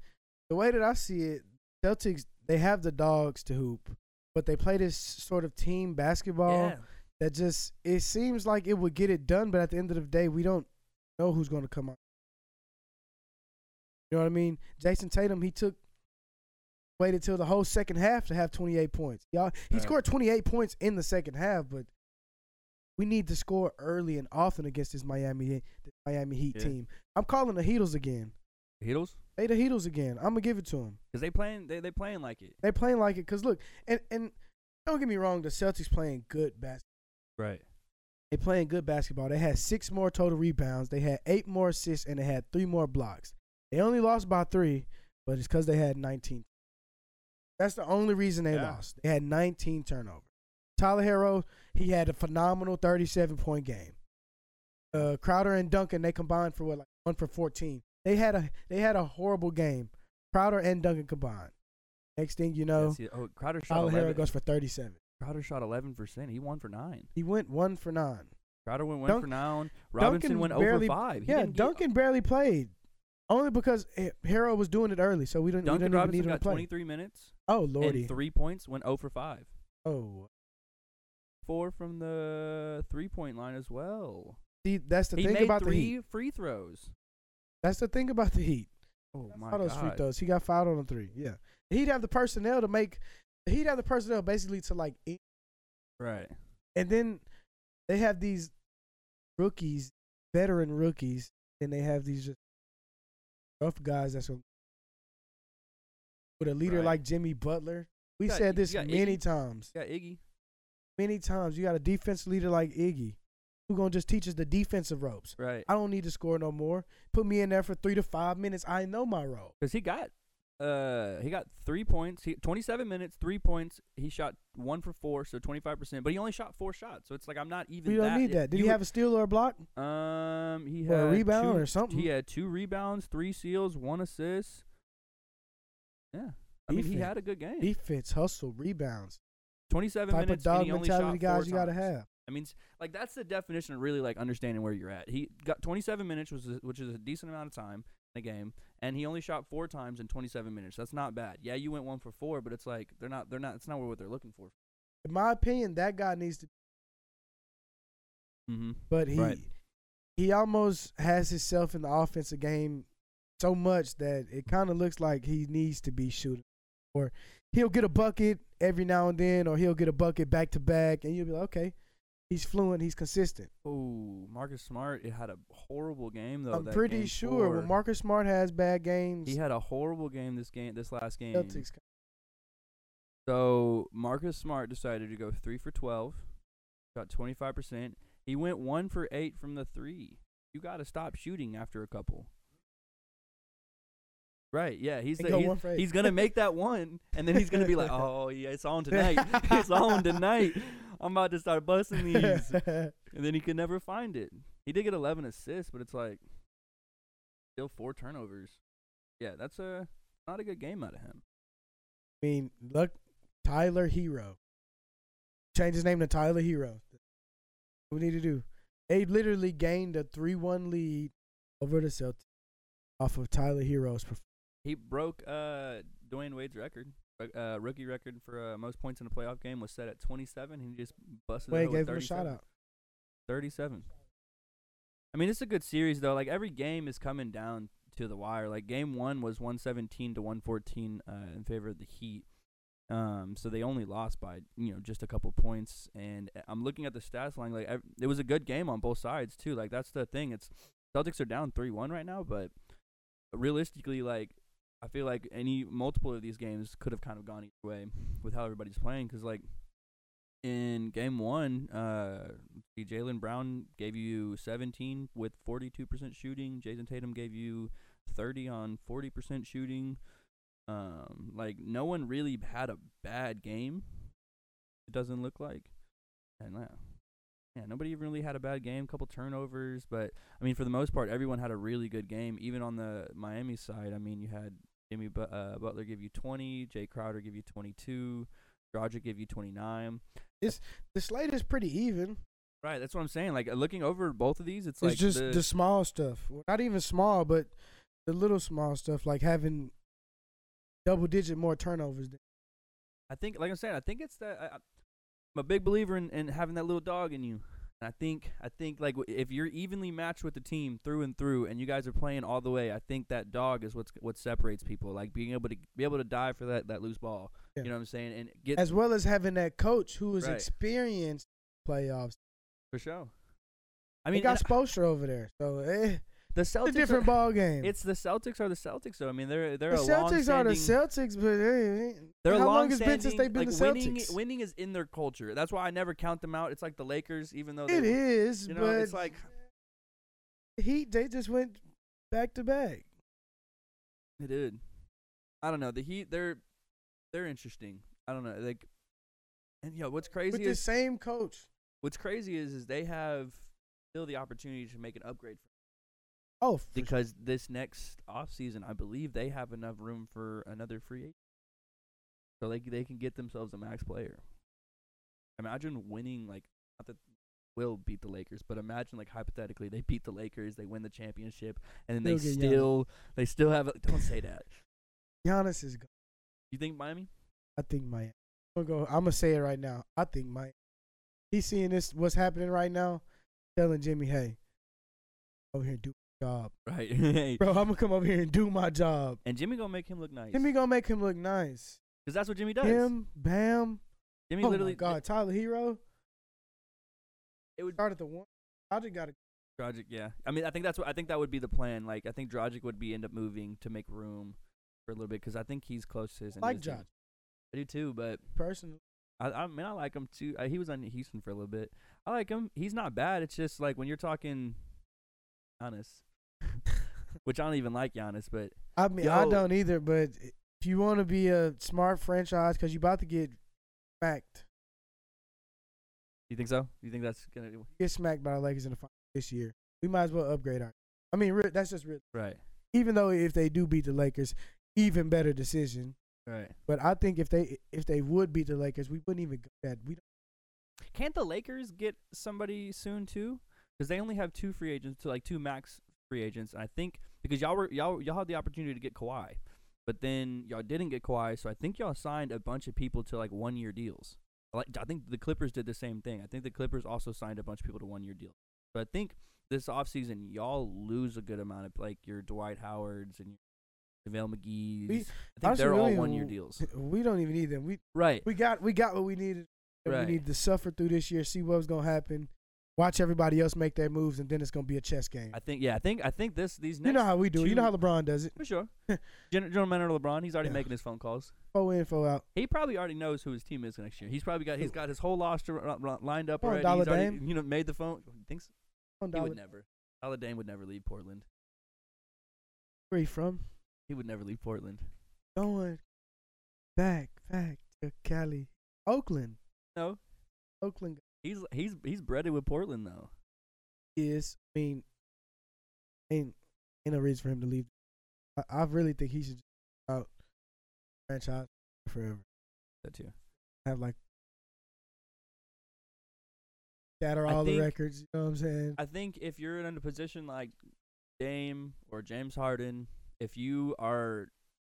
Speaker 2: the way that I see it, Celtics they have the dogs to hoop, but they play this sort of team basketball that just it seems like it would get it done, but at the end of the day, we don't know who's going to come out. You know what I mean? Jason Tatum, he took waited till the whole second half to have 28 points. Y'all, he
Speaker 1: Right.
Speaker 2: scored 28 points in the second half, but we need to score early and often against this Miami this Miami Heat
Speaker 1: Yeah.
Speaker 2: team. I'm calling the Heatles again.
Speaker 1: Yeah, Heatles
Speaker 2: They the Heatles again. I'm gonna give it to them.
Speaker 1: because they playing they they playing like it.
Speaker 2: They playing like it because look, and and don't get me wrong, the Celtics playing good basketball.
Speaker 1: Right.
Speaker 2: They playing good basketball. They had six more total rebounds. They had eight more assists, and they had three more blocks. They only lost by three, but it's because they had 19. That's the only reason they
Speaker 1: Yeah.
Speaker 2: lost. They had 19 turnovers. Tyler Hero, he had a phenomenal 37 point game. Uh, Crowder and Duncan, they combined for what, like one for 14. They had a they had a horrible game. Crowder and Duncan combined. Next thing you know,
Speaker 1: oh, Crowder shot
Speaker 2: Tyler Hero
Speaker 1: eleven.
Speaker 2: goes for 37.
Speaker 1: Crowder shot eleven percent. He won for nine.
Speaker 2: He went one for nine.
Speaker 1: Crowder went one
Speaker 2: Dunk-
Speaker 1: for nine. Robinson
Speaker 2: Duncan
Speaker 1: went
Speaker 2: barely-
Speaker 1: over five. He
Speaker 2: yeah,
Speaker 1: didn't get-
Speaker 2: Duncan barely played, only because H- Hero was doing it early, so we didn't, we
Speaker 1: Duncan
Speaker 2: didn't even
Speaker 1: Robinson
Speaker 2: need him to
Speaker 1: got
Speaker 2: play.
Speaker 1: twenty three minutes
Speaker 2: oh
Speaker 1: and
Speaker 2: lordy!
Speaker 1: three points. Went over five.
Speaker 2: Oh,
Speaker 1: Four from the three point line as well.
Speaker 2: see, that's the
Speaker 1: he
Speaker 2: thing
Speaker 1: made
Speaker 2: about the
Speaker 1: three
Speaker 2: Heat.
Speaker 1: free throws.
Speaker 2: That's the thing about the Heat.
Speaker 1: Oh
Speaker 2: That's
Speaker 1: my
Speaker 2: all those free
Speaker 1: God.
Speaker 2: throws. He got fouled on the three. Yeah, he'd have the personnel to make. He'd have the personnel basically to like, in-
Speaker 1: Right.
Speaker 2: and then they have these rookies, veteran rookies, and they have these just rough guys. That's gonna- with a leader
Speaker 1: Right.
Speaker 2: like Jimmy Butler. We
Speaker 1: You got-
Speaker 2: said this
Speaker 1: you got
Speaker 2: many
Speaker 1: Iggy.
Speaker 2: times.
Speaker 1: Yeah, Iggy.
Speaker 2: many times you got a defense leader like Iggy who gonna just teach us the defensive ropes.
Speaker 1: Right.
Speaker 2: I don't need to score no more. Put me in there for three to five minutes. I know my role.
Speaker 1: Because he got uh he got three points. He twenty seven minutes, three points. He shot one for four, so twenty five percent. But he only shot four shots, so it's like I'm not even.
Speaker 2: We don't
Speaker 1: that,
Speaker 2: need that. Did he have a steal or a block
Speaker 1: a, um he
Speaker 2: or
Speaker 1: had
Speaker 2: a rebound
Speaker 1: two,
Speaker 2: or something?
Speaker 1: He had two rebounds, three seals, one assist. Yeah, I mean he
Speaker 2: Defense.
Speaker 1: had a good game.
Speaker 2: Defense, hustle, rebounds.
Speaker 1: Twenty seven
Speaker 2: Type
Speaker 1: minutes.
Speaker 2: of dog
Speaker 1: and he only
Speaker 2: mentality
Speaker 1: shot four
Speaker 2: guys you gotta
Speaker 1: times.
Speaker 2: have.
Speaker 1: I mean, s- like that's the definition of really like understanding where you're at. He got 27 minutes, which is, which is a decent amount of time in a game, and he only shot four times in 27 minutes. That's not bad. Yeah, you went one for four, but it's like they're not they're not. It's not what they're looking for.
Speaker 2: In my opinion, that guy needs to
Speaker 1: Mm-hmm.
Speaker 2: but he
Speaker 1: Right.
Speaker 2: he almost has himself in the offensive game so much that it kind of looks like he needs to be shooting or he'll get a bucket every now and then or he'll get a bucket back to back and you'll be like okay he's fluent he's consistent
Speaker 1: Oh, Marcus Smart, it had a horrible game though.
Speaker 2: i'm
Speaker 1: that
Speaker 2: pretty
Speaker 1: game
Speaker 2: sure
Speaker 1: four.
Speaker 2: when marcus smart has bad games
Speaker 1: he had a horrible game this game this last game.
Speaker 2: Celtics,
Speaker 1: So Marcus Smart decided to go three for twelve, shot twenty five percent. He went one for eight from the three. you got to stop shooting after a couple. Right, yeah, he's
Speaker 2: And
Speaker 1: the-
Speaker 2: go
Speaker 1: he's,
Speaker 2: one for eight.
Speaker 1: he's gonna make that one, and then he's gonna be like, "Oh yeah, it's on tonight. it's on tonight. I'm about to start busting these." and then he could never find it. He did get 11 assists, but it's like still four turnovers. Yeah, that's a not a good game out of him.
Speaker 2: I mean, look, Tyler Hero. Change his name to Tyler Hero. What we need to do. They literally gained a 3 1 lead over the Celtics off of Tyler Hero's performance.
Speaker 1: He broke uh Dwayne Wade's record, Ro- uh, rookie record for uh, most points in a playoff game was set at 27. He just busted it
Speaker 2: Wade
Speaker 1: out
Speaker 2: gave
Speaker 1: with
Speaker 2: him a
Speaker 1: 37.
Speaker 2: shout out.
Speaker 1: 37. I mean, it's a good series though. Like every game is coming down to the wire. Like game 1 was 117 to 114 uh, in favor of the Heat. Um so they only lost by, you know, just a couple points and uh, I'm looking at the stats line like ev- it was a good game on both sides too. Like that's the thing. It's Celtics are down 3-1 right now, but realistically like I feel like any multiple of these games could have kind of gone either way with how everybody's playing cuz like in game 1, uh See, Jalen Brown gave you 17 with 42% shooting. Jason Tatum gave you 30 on 40% shooting. Um, like no one really had a bad game. It doesn't look like, and yeah, yeah, nobody really had a bad game. Couple turnovers, but I mean, for the most part, everyone had a really good game. Even on the Miami side, I mean, you had Jimmy but- uh, Butler give you 20, Jay Crowder give you 22, Roger give you 29.
Speaker 2: The slate is pretty even.
Speaker 1: Right, that's what I'm saying. Like uh, looking over both of these, it's,
Speaker 2: It's,
Speaker 1: like
Speaker 2: just
Speaker 1: the,
Speaker 2: the, small stuff. Well, Not even small, but the little small stuff, like having double digit more turnovers. than-
Speaker 1: I think, like I'm saying, I think it's that. I, I- I'm a big believer in, in having that little dog in you. And I think, I think, like w- if you're evenly matched with the team through and through, and you guys are playing all the way, I think that dog is what's what separates people. Like being able to be able to dive for that that loose ball.
Speaker 2: Yeah.
Speaker 1: You know what I'm saying? And get
Speaker 2: As well as having that coach who is
Speaker 1: Right.
Speaker 2: experienced in playoffs.
Speaker 1: for show. I
Speaker 2: I
Speaker 1: mean,
Speaker 2: mean, got
Speaker 1: and uh,
Speaker 2: Spoelstra over there, so eh,
Speaker 1: the
Speaker 2: it's a
Speaker 1: Celtics.
Speaker 2: different
Speaker 1: are,
Speaker 2: ball game.
Speaker 1: It's the Celtics are the Celtics, though. I mean, they're they're a
Speaker 2: the Celtics are the
Speaker 1: longstanding-
Speaker 2: Celtics, but eh, eh,
Speaker 1: They're
Speaker 2: how
Speaker 1: long
Speaker 2: long has it been since they've been the Celtics?
Speaker 1: Winning, winning is in their culture. That's why I never count them out. It's like the Lakers, even though
Speaker 2: it
Speaker 1: they,
Speaker 2: is,
Speaker 1: You know,
Speaker 2: but
Speaker 1: it's like
Speaker 2: the Heat they just went back to back.
Speaker 1: They did. I don't know. The Heat, they're they're interesting. I don't know. Like, and yo, what's
Speaker 2: with
Speaker 1: crazy
Speaker 2: the
Speaker 1: is
Speaker 2: same coach.
Speaker 1: what's crazy is is they have still the opportunity to make an upgrade for,
Speaker 2: Oh, for sure.
Speaker 1: because this next offseason, I believe they have enough room for another free agent, so they c- they can get themselves a max player. Imagine winning like not that will beat the Lakers, but imagine like hypothetically they beat the Lakers, they win the championship, and then
Speaker 2: Still
Speaker 1: they
Speaker 2: get Giannis.
Speaker 1: still they still have. A, don't say that.
Speaker 2: Giannis is. Gone.
Speaker 1: You think Miami?
Speaker 2: I think Miami. I'm gonna go. I'm gonna say it right now. I think Miami. He's seeing this. What's happening right now? Telling Jimmy, hey, over here and do my job,
Speaker 1: Right. Hey,
Speaker 2: bro. I'm gonna come over here and do my job.
Speaker 1: And Jimmy gonna make him look nice.
Speaker 2: Jimmy gonna make him look nice.
Speaker 1: because that's what Jimmy does.
Speaker 2: Him, Bam.
Speaker 1: Jimmy
Speaker 2: oh
Speaker 1: literally.
Speaker 2: my God, Tyler Hero.
Speaker 1: It would
Speaker 2: Start at the one. Roger got to
Speaker 1: Dragic. Yeah. I mean, I think that's what I think that would be the plan. Like, I think Dragic would be end up moving to make room for a little bit because I think he's close to his. end of
Speaker 2: like
Speaker 1: the season.
Speaker 2: Josh
Speaker 1: I do too, but
Speaker 2: personally.
Speaker 1: I, I mean, I like him too. Uh, he was on Houston for a little bit. I like him. He's not bad. It's just like when you're talking, Giannis, which I don't even like Giannis, but
Speaker 2: I mean, I
Speaker 1: Yo.
Speaker 2: don't either. But if you want to be a smart franchise, because you're about to get smacked,
Speaker 1: you think so? You think that's gonna be
Speaker 2: get smacked by the Lakers in the final this year, we might as well upgrade our. I mean, re- that's just real.
Speaker 1: right?
Speaker 2: Even though if they do beat the Lakers, even better decision.
Speaker 1: Right.
Speaker 2: But I think if they if they would beat the Lakers, we wouldn't even go that. We
Speaker 1: Can't the Lakers get somebody soon too? Because they only have two free agents, to like two max free agents. And I think because y'all were y'all y'all had the opportunity to get Kawhi, but then y'all didn't get Kawhi, so I think y'all signed a bunch of people to like one year deals. Like I think the Clippers did the same thing. I think the Clippers also signed a bunch of people to one year deals. So I think this offseason y'all lose a good amount of like your Dwight Howards and your JaVale McGee's. I think
Speaker 2: honestly,
Speaker 1: they're
Speaker 2: we
Speaker 1: all
Speaker 2: don't even-
Speaker 1: one year deals.
Speaker 2: we don't even need them. We
Speaker 1: Right.
Speaker 2: we got we got what we needed. And
Speaker 1: Right.
Speaker 2: We need to suffer through this year, see what's gonna happen, watch everybody else make their moves, and then it's gonna be a chess game.
Speaker 1: I think yeah, I think I think this these next
Speaker 2: You know how we do. it. You know
Speaker 1: two-
Speaker 2: how LeBron does it.
Speaker 1: For sure. Gen- General Manager LeBron, he's already
Speaker 2: Yeah.
Speaker 1: making his phone calls.
Speaker 2: Four in, four out.
Speaker 1: He probably already knows who his team is next year. He's probably got he's
Speaker 2: Who?
Speaker 1: got his whole roster r- r- lined up
Speaker 2: Come on,
Speaker 1: already.
Speaker 2: Dollar
Speaker 1: He's already
Speaker 2: Dame.
Speaker 1: you know made the phone. Thinks
Speaker 2: One
Speaker 1: he
Speaker 2: dollar.
Speaker 1: would never. Tyler Dane would never leave Portland.
Speaker 2: Where you from?
Speaker 1: He would never leave Portland.
Speaker 2: Going back, back to Cali, Oakland,
Speaker 1: No,
Speaker 2: Oakland
Speaker 1: he's he's he's breaded with Portland though.
Speaker 2: is. I mean, ain't ain't no reason for him to leave. I, I really think he should just out franchise forever.
Speaker 1: That too.
Speaker 2: Have like shatter
Speaker 1: I
Speaker 2: all the
Speaker 1: think-
Speaker 2: records. You know what I'm saying?
Speaker 1: I think if you're in a position like Dame or James Harden, if you are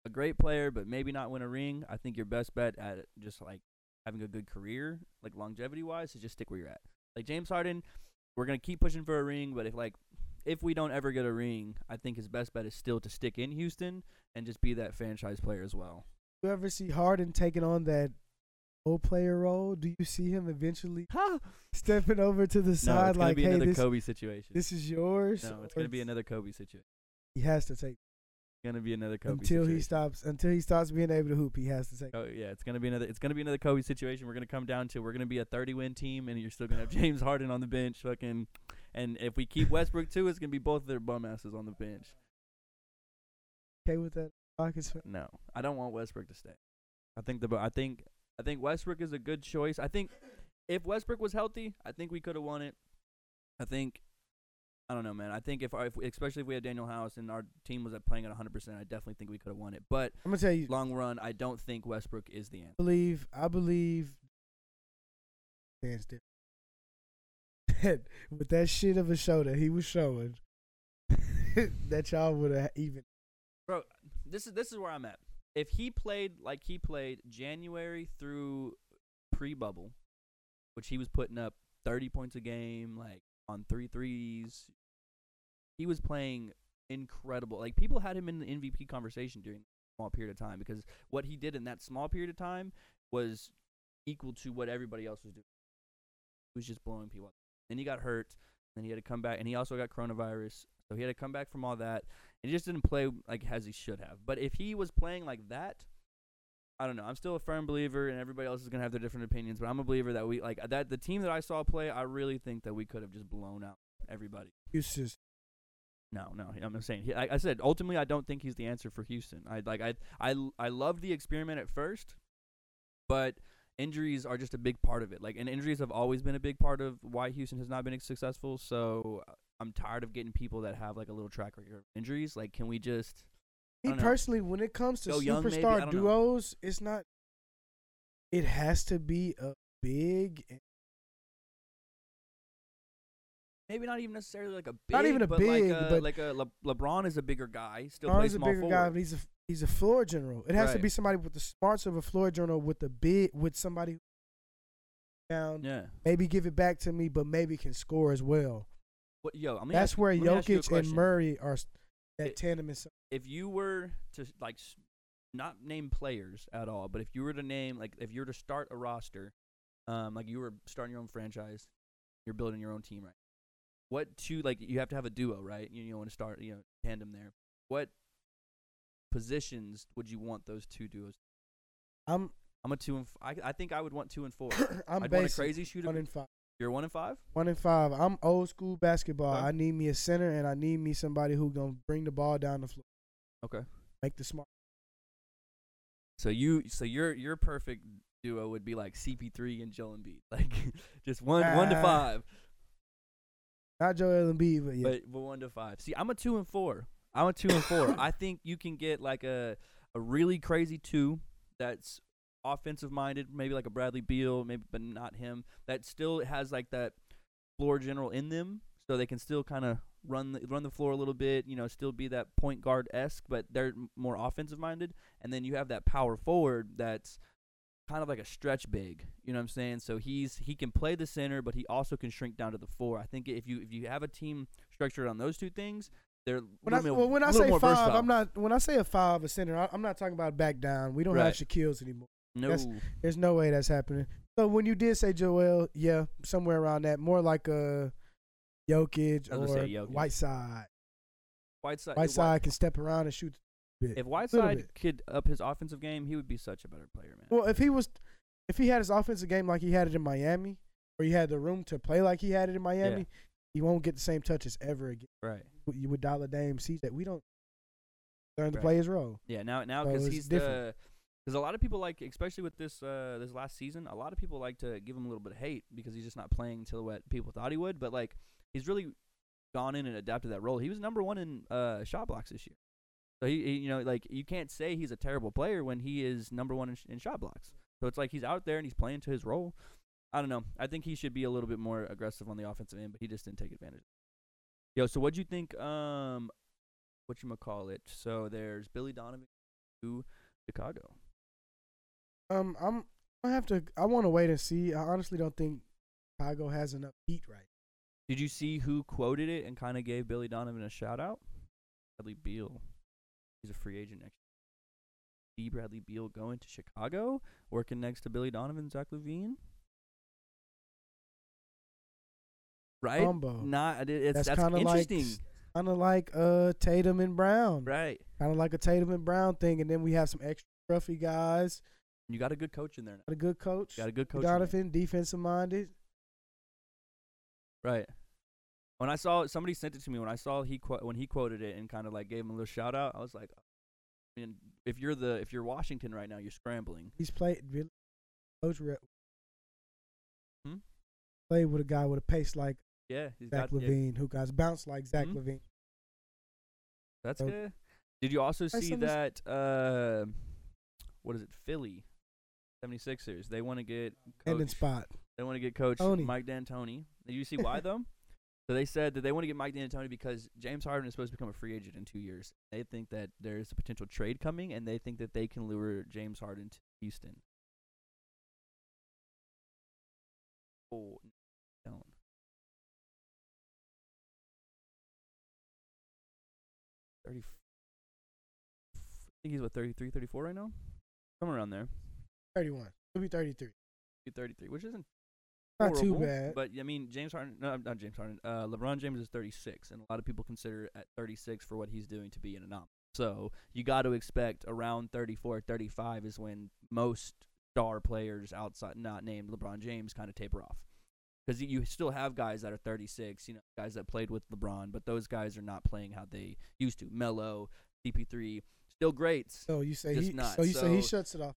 Speaker 1: a great player but maybe not win a ring, I think your best bet at just like having a good career, like longevity wise, is just stick where you're at. Like James Harden, we're gonna keep pushing for a ring, but if like if we don't ever get a ring, I think his best bet is still to stick in Houston and just be that franchise player as well.
Speaker 2: you ever see Harden taking on that role player role? Do you see him eventually
Speaker 1: no,
Speaker 2: stepping over to the
Speaker 1: it's
Speaker 2: side
Speaker 1: gonna
Speaker 2: like,
Speaker 1: be
Speaker 2: "Hey,
Speaker 1: another
Speaker 2: this
Speaker 1: Kobe situation.
Speaker 2: this is yours"?
Speaker 1: no, it's
Speaker 2: or
Speaker 1: gonna be another Kobe situation.
Speaker 2: He has to take
Speaker 1: Gonna be another Kobe
Speaker 2: until
Speaker 1: situation.
Speaker 2: he stops until he stops being able to hoop. He has to take.
Speaker 1: Oh yeah, it's gonna be another. It's gonna be another Kobe situation. We're gonna come down to we're gonna be a 30 win team, and you're still gonna have James Harden on the bench, fucking. And if we keep Westbrook too, it's gonna be both of their bum asses on the bench.
Speaker 2: Okay with that? Rockets fan?
Speaker 1: No, I don't want Westbrook to stay. I think the bu- I think I think Westbrook is a good choice. I think if Westbrook was healthy, I think we could have won it. I think I don't know, man. I think if our if we, especially if we had Daniel House and our team was at playing at 100, percent I definitely think we could have won it. But
Speaker 2: I'm gonna tell you.
Speaker 1: long run, I don't think Westbrook is the answer.
Speaker 2: I believe I believe fans did with that shit of a show that he was showing that y'all would have even
Speaker 1: bro. This is this is where I'm at. If he played like he played January through pre bubble, which he was putting up 30 points a game, like on three threes, he was playing incredible. Like people had him in the MVP conversation during a small period of time because what he did in that small period of time was equal to what everybody else was doing. He was just blowing people. Up. Then he got hurt. Then he had to come back, and he also got coronavirus, so he had to come back from all that. He just didn't play like as he should have. But if he was playing like that, I don't know. I'm still a firm believer, and everybody else is gonna have their different opinions. But I'm a believer that we like that the team that I saw play. I really think that we could have just blown out everybody.
Speaker 2: excuses.
Speaker 1: No, no, I'm not saying. I, I said ultimately, I don't think he's the answer for Houston. I like I I I love the experiment at first, but injuries are just a big part of it. Like, and injuries have always been a big part of why Houston has not been successful. So uh, I'm tired of getting people that have like a little track record of injuries. Like, can we just I
Speaker 2: Me
Speaker 1: don't know.
Speaker 2: personally, when it comes to
Speaker 1: Go Young maybe? I
Speaker 2: superstar
Speaker 1: don't know.
Speaker 2: duos, it's not. It has to be a big,
Speaker 1: maybe not even necessarily like a big,
Speaker 2: Not even a
Speaker 1: but
Speaker 2: big,
Speaker 1: like a,
Speaker 2: but-
Speaker 1: like a Le- LeBron is a bigger guy, still
Speaker 2: Arnold's
Speaker 1: plays
Speaker 2: a
Speaker 1: small
Speaker 2: bigger
Speaker 1: forward.
Speaker 2: guy, but he's a he's a floor general. It has to
Speaker 1: Right.
Speaker 2: be somebody with the smarts of a floor general, with the big, with somebody who down.
Speaker 1: yeah,
Speaker 2: Maybe give it back to me, but maybe can score as well.
Speaker 1: what, yo, I mean
Speaker 2: That's where
Speaker 1: let me ask you a
Speaker 2: Jokic and
Speaker 1: question.
Speaker 2: Murray are s- that
Speaker 1: It-
Speaker 2: tandem. Is,
Speaker 1: If you were to like, s- not name players at all, but if you were to name like, if you were to start a roster, um, like you were starting your own franchise, you're building your own team, right? What two like you have to have a duo, right? You, you want to start you know tandem there. What positions would you want those two duos?
Speaker 2: I'm
Speaker 1: I'm a two and f- I, I think I would want two and four. I'd
Speaker 2: I'm
Speaker 1: want a
Speaker 2: basic,
Speaker 1: crazy shooter.
Speaker 2: one and five.
Speaker 1: You're one and five.
Speaker 2: One and five. I'm old school basketball.
Speaker 1: Okay.
Speaker 2: I need me a center, and I need me somebody who gonna bring the ball down the floor,
Speaker 1: Okay.
Speaker 2: make the smart.
Speaker 1: So you, so your your perfect duo would be like CP3 and Joel Embiid, like just one one to
Speaker 2: Ah,
Speaker 1: five,
Speaker 2: Not Joel Embiid, but yeah.
Speaker 1: but but one to five. See, I'm a two and four. I'm a two and four. I think you can get like a a really crazy two that's offensive minded, maybe like a Bradley Beal, maybe but not him. That still has like that floor general in them, so they can still kind of run the, run the floor a little bit. You know, still be that point guard esque, but they're m- more offensive minded. And then you have that power forward that's kind of like a stretch big. You know what I'm saying? So he's he can play the center, but he also can shrink down to the four. I think if you if you have a team structured on those two things, they're
Speaker 2: When I,
Speaker 1: little
Speaker 2: well, when I
Speaker 1: little
Speaker 2: say
Speaker 1: more
Speaker 2: five,
Speaker 1: versatile.
Speaker 2: I'm not. When I say a five, a center, I, I'm not talking about back down. We don't have
Speaker 1: Right.
Speaker 2: Shaquille's anymore.
Speaker 1: no.
Speaker 2: that's- There's no way that's happening. So when you did say Joel, yeah, somewhere around that, more like a Jokic
Speaker 1: I
Speaker 2: or
Speaker 1: was gonna say Jokic. Uh,
Speaker 2: Whiteside.
Speaker 1: Whiteside, Whi-
Speaker 2: Whiteside can step around and shoot. a bit.
Speaker 1: If Whiteside
Speaker 2: bit.
Speaker 1: could up his offensive game, he would be such a better player, man.
Speaker 2: Well, if he was, if he had his offensive game like he had it in Miami, or he had the room to play like he had it in Miami, He won't get the same touches ever again.
Speaker 1: Right.
Speaker 2: You would dial a Dame CJ. We don't learn to
Speaker 1: Right.
Speaker 2: play his role.
Speaker 1: Yeah, now now
Speaker 2: So
Speaker 1: because
Speaker 2: it's
Speaker 1: he's
Speaker 2: different.
Speaker 1: the because a lot of people like, especially with this uh, this last season, a lot of people like to give him a little bit of hate because he's just not playing to what people thought he would. But like, he's really gone in and adapted that role. He was number one in uh, shot blocks this year, so he, he you know like you can't say he's a terrible player when he is number one in, sh- in shot blocks. So it's like he's out there and he's playing to his role. I don't know. I think he should be a little bit more aggressive on the offensive end, but he just didn't take advantage. Yo, so what'd you think? Um, what you call it? So there's Billy Donovan to Chicago.
Speaker 2: Um, I'm I have to. I want to wait and see. I honestly don't think Chicago has enough heat right.
Speaker 1: Did you see who quoted it and kind of gave Billy Donovan a shout out? Bradley Beal. He's a free agent next. year. See Bradley Beal going to Chicago, working next to Billy Donovan, Zach Levine. Right?
Speaker 2: Combo.
Speaker 1: Not. It, it's, that's,
Speaker 2: Um, That's kinda like-
Speaker 1: interesting.
Speaker 2: Kind of like uh Tatum and Brown.
Speaker 1: right.
Speaker 2: Kind of like a Tatum and Brown thing. And then we have some extra scruffy guys.
Speaker 1: You got a good coach in there. Now.
Speaker 2: Got a good coach.
Speaker 1: Got a good coach. in there.
Speaker 2: Donovan, defensive minded.
Speaker 1: Right. When I saw somebody sent it to me, when I saw he qu- when he quoted it and kind of like gave him a little shout out, I was like, I mean, if you're the if you're Washington right now, you're scrambling.
Speaker 2: He's played really. Coach Re-
Speaker 1: Hmm?
Speaker 2: played with a guy with a pace like
Speaker 1: Yeah, he's
Speaker 2: Zach
Speaker 1: got yeah,
Speaker 2: Levine, who guys bounce like Zach
Speaker 1: Mhm.
Speaker 2: Levine.
Speaker 1: that's
Speaker 2: so-
Speaker 1: good. Did you also see
Speaker 2: some of
Speaker 1: that? Uh, what is it? Philly, 76ers. They want to get
Speaker 2: And in
Speaker 1: coach,
Speaker 2: spot.
Speaker 1: they want to get coach
Speaker 2: Tony.
Speaker 1: Mike D'Antoni. Did you see why though? So they said that they want to get Mike D'Antoni because James Harden is supposed to become a free agent in two years. They think that there is a potential trade coming, and they think that they can lure James Harden to Houston. Oh, no. Thirty. I think he's what 33, 34 right now, somewhere around there.
Speaker 2: 31. He'll be 33.
Speaker 1: He's Thirty-three, which isn't
Speaker 2: Not too
Speaker 1: horrible,
Speaker 2: bad.
Speaker 1: But I mean, James Harden, no, not James Harden. Uh, LeBron James is 36, and a lot of people consider at 36 for what he's doing to be an anomaly. So you got to expect around 34, 35 is when most star players outside, not named LeBron James, kind of taper off. Because you still have guys that are 36, you know, guys that played with LeBron, but those guys are not playing how they used to. Melo, CP3, still greats.
Speaker 2: so you say
Speaker 1: just
Speaker 2: he,
Speaker 1: not.
Speaker 2: so you say he
Speaker 1: So-
Speaker 2: shuts it off.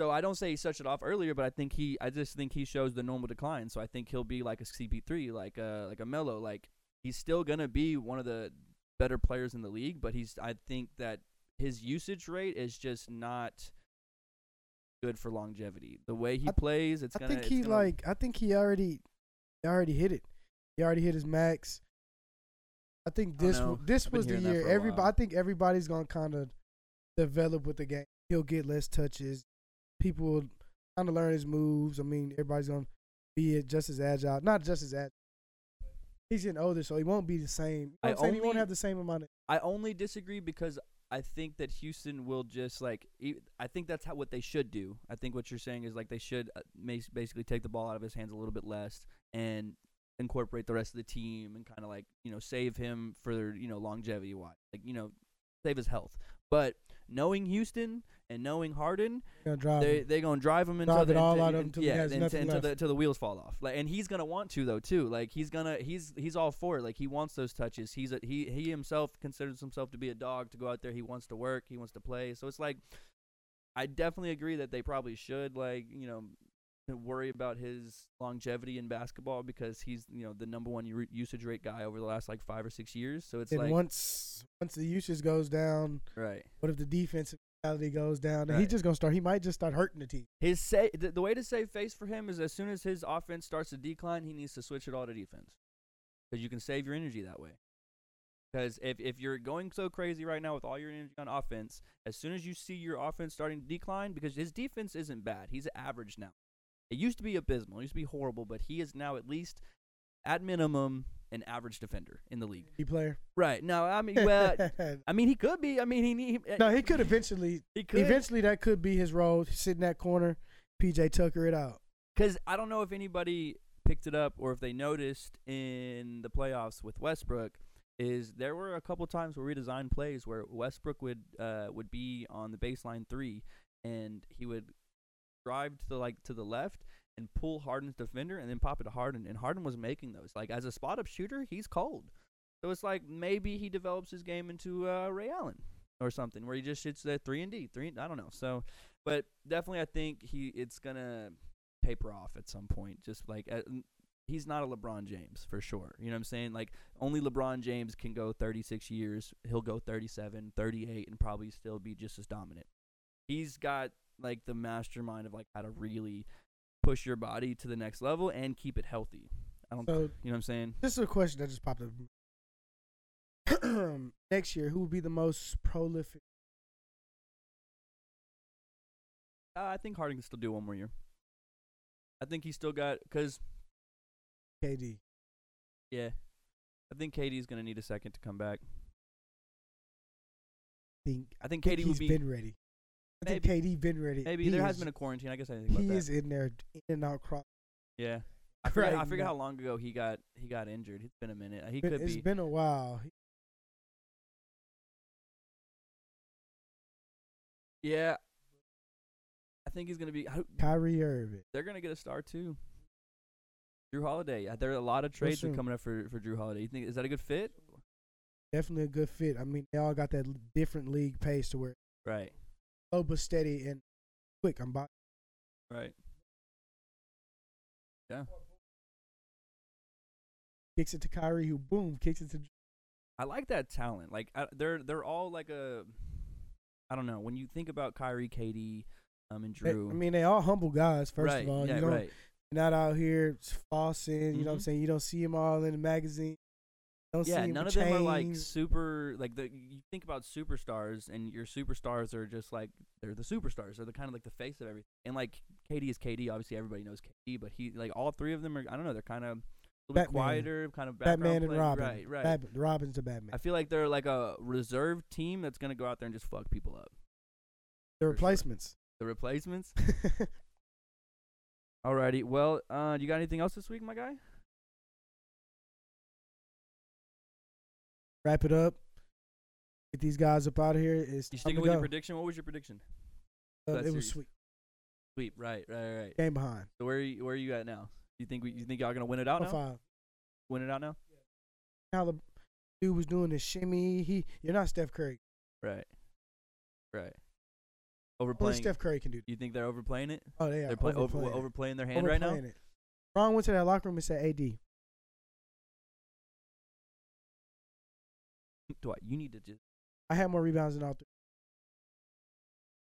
Speaker 1: So I don't say he such it off earlier, but I think he, I just think he shows the normal decline. So I think he'll be like a CP3, like a like a Mello, like he's still gonna be one of the better players in the league, but he's, I think that his usage rate is just not good for longevity. The way he
Speaker 2: I-
Speaker 1: plays, it's
Speaker 2: I
Speaker 1: gonna.
Speaker 2: think
Speaker 1: it's
Speaker 2: he
Speaker 1: gonna-
Speaker 2: like I think he already he already hit it. He already hit his max. I think
Speaker 1: I don't
Speaker 2: this w-
Speaker 1: know.
Speaker 2: this
Speaker 1: I've been
Speaker 2: was the
Speaker 1: hearing that
Speaker 2: year
Speaker 1: for a
Speaker 2: everybody
Speaker 1: while.
Speaker 2: I think everybody's going to kind of develop with the game. He'll get less touches. People will kind of learn his moves. I mean, everybody's going to be just as agile. Not just as agile. He's getting older, so he won't be the same. You know
Speaker 1: I
Speaker 2: what I'm saying? he won't
Speaker 1: only-
Speaker 2: have the same amount of.
Speaker 1: I only disagree because I think that Houston will just like e- I think that's how what they should do. I think what you're saying is like they should uh, mas- basically take the ball out of his hands a little bit less and incorporate the rest of the team and kind of like you know save him for you know longevity wise, like you know save his health. But knowing Houston and knowing Harden,
Speaker 2: Gonna drive
Speaker 1: they
Speaker 2: him.
Speaker 1: they gonna drive him until
Speaker 2: Um, Drive it
Speaker 1: the,
Speaker 2: all
Speaker 1: until-
Speaker 2: out of him till he
Speaker 1: yeah,
Speaker 2: has
Speaker 1: until,
Speaker 2: nothing
Speaker 1: until
Speaker 2: left.
Speaker 1: the until the wheels fall off. Like, and he's gonna want to though too. Like he's gonna he's he's all for it. Like he wants those touches. He's a, he he himself considers himself to be a dog to go out there. He wants to work. He wants to play. So it's like, I definitely agree that they probably should like you know worry about his longevity in basketball because he's you know the number one u- usage rate guy over the last like five or six years. So it's
Speaker 2: and
Speaker 1: like
Speaker 2: once once the usage goes down,
Speaker 1: right.
Speaker 2: what if the defensive mentality goes down? Then He's
Speaker 1: Right.
Speaker 2: just gonna start. He might just start hurting the team.
Speaker 1: His say the, the way to save face for him is as soon as his offense starts to decline, he needs to switch it all to defense because you can save your energy that way. Because if, if you're going so crazy right now with all your energy on offense, as soon as you see your offense starting to decline, because his defense isn't bad, he's average now. It used to be abysmal, it used to be horrible, but he is now at least, at minimum, an average defender in the league.
Speaker 2: He player.
Speaker 1: Right now, I mean, well, I mean, he could be. I mean, he need
Speaker 2: no, he could eventually.
Speaker 1: he could
Speaker 2: Eventually, that could be his role. Sit in that corner, PJ Tucker it out.
Speaker 1: Because I don't know if anybody picked it up or if they noticed in the playoffs with Westbrook is there were a couple times where we designed plays where Westbrook would uh, would be on the baseline three and he would drive to the like to the left and pull Harden's defender and then pop it to Harden. And Harden was making those. Like as a spot up shooter, he's cold. So it's like maybe he develops his game into uh, Ray Allen or something, where he just shoots that three and D, three. And, I don't know. So, but definitely, I think he it's gonna taper off at some point. Just like uh, n- he's not a LeBron James for sure. You know what I'm saying? Like only LeBron James can go 36 years. He'll go 37, 38, and probably still be just as dominant. He's got like the mastermind of like how to really push your body to the next level and keep it healthy. I don't,
Speaker 2: So
Speaker 1: you know what I'm saying?
Speaker 2: this is a question that just popped up. Next year, who will be the most prolific?
Speaker 1: Uh, I think Harden can still do one more year. I think he's still got because
Speaker 2: KD.
Speaker 1: yeah, I think KD's gonna need a second to come back.
Speaker 2: Think
Speaker 1: I think
Speaker 2: KD
Speaker 1: KD would be
Speaker 2: been ready. I think KD been ready.
Speaker 1: maybe
Speaker 2: He
Speaker 1: there
Speaker 2: is-
Speaker 1: has been a quarantine. I guess I didn't think
Speaker 2: he
Speaker 1: about that.
Speaker 2: is in there in and out. Cro-
Speaker 1: Yeah, I forget, I
Speaker 2: Right
Speaker 1: forget
Speaker 2: now.
Speaker 1: how long ago he got he got injured. It's been a minute. He
Speaker 2: been-
Speaker 1: could
Speaker 2: it's
Speaker 1: be.
Speaker 2: been a while.
Speaker 1: yeah, I think he's gonna be. I don't-
Speaker 2: Kyrie Irving.
Speaker 1: They're gonna get a star too. Drew Holiday. Uh, There are a lot of trades that are
Speaker 2: soon.
Speaker 1: coming up for for Drew Holiday. You think is that a good fit?
Speaker 2: Definitely a good fit. I mean, they all got that l- different league pace to where
Speaker 1: Right.
Speaker 2: slow but steady and quick. I'm by.
Speaker 1: Right.
Speaker 2: Kicks it to Kyrie, who boom kicks it to.
Speaker 1: I like that talent. Like I, they're they're all like a, I don't know. When you think about Kyrie, Katie, um, and
Speaker 2: They-
Speaker 1: Drew,
Speaker 2: I mean, they all humble guys. First
Speaker 1: right?
Speaker 2: of all,
Speaker 1: yeah,
Speaker 2: you know,
Speaker 1: right.
Speaker 2: not out here flossing. You know what I'm
Speaker 1: Mhm.
Speaker 2: saying? You don't see them all in the magazine. Don't see
Speaker 1: Yeah,
Speaker 2: 'em
Speaker 1: none of
Speaker 2: with
Speaker 1: them are like
Speaker 2: chains.
Speaker 1: super. Like the you think about superstars, and your superstars are just like they're the superstars. They're the kind of like the face of everything. And like Katie is KD. Obviously, everybody knows KD, but he like all three of them are. I don't know. They're kind of a little bit
Speaker 2: Batman.
Speaker 1: quieter, kind of background
Speaker 2: Batman and
Speaker 1: player.
Speaker 2: Robin.
Speaker 1: Right, right.
Speaker 2: Bat- Robin's the Batman.
Speaker 1: I feel like they're like a reserve team that's gonna go out there and just fuck people up.
Speaker 2: the
Speaker 1: sure.
Speaker 2: replacements.
Speaker 1: The replacements. Alrighty. Well, uh, you got anything else this week, my guy?
Speaker 2: Wrap it up. Get these guys up out of here. It's
Speaker 1: You
Speaker 2: time to
Speaker 1: sticking with your
Speaker 2: go.
Speaker 1: prediction? What was your prediction?
Speaker 2: Uh,
Speaker 1: that
Speaker 2: it was
Speaker 1: series?
Speaker 2: sweet.
Speaker 1: Sweep. Right. Right. Right.
Speaker 2: Game behind.
Speaker 1: So where are you, where are you at now? You think we, you think y'all gonna win it out
Speaker 2: One
Speaker 1: now?
Speaker 2: five.
Speaker 1: Win it out now?
Speaker 2: How the dude was doing the shimmy. He, you're not Steph Curry.
Speaker 1: Right. Right.
Speaker 2: Only
Speaker 1: Overplaying.
Speaker 2: Steph Curry can do. That.
Speaker 1: You think they're overplaying it?
Speaker 2: Oh, they are
Speaker 1: they're play, over,
Speaker 2: overplaying, it.
Speaker 1: overplaying their hand right now.
Speaker 2: Overplaying it. Ron went to that locker room and said, "AD,
Speaker 1: Dwight, you need to just
Speaker 2: I had more rebounds than all three.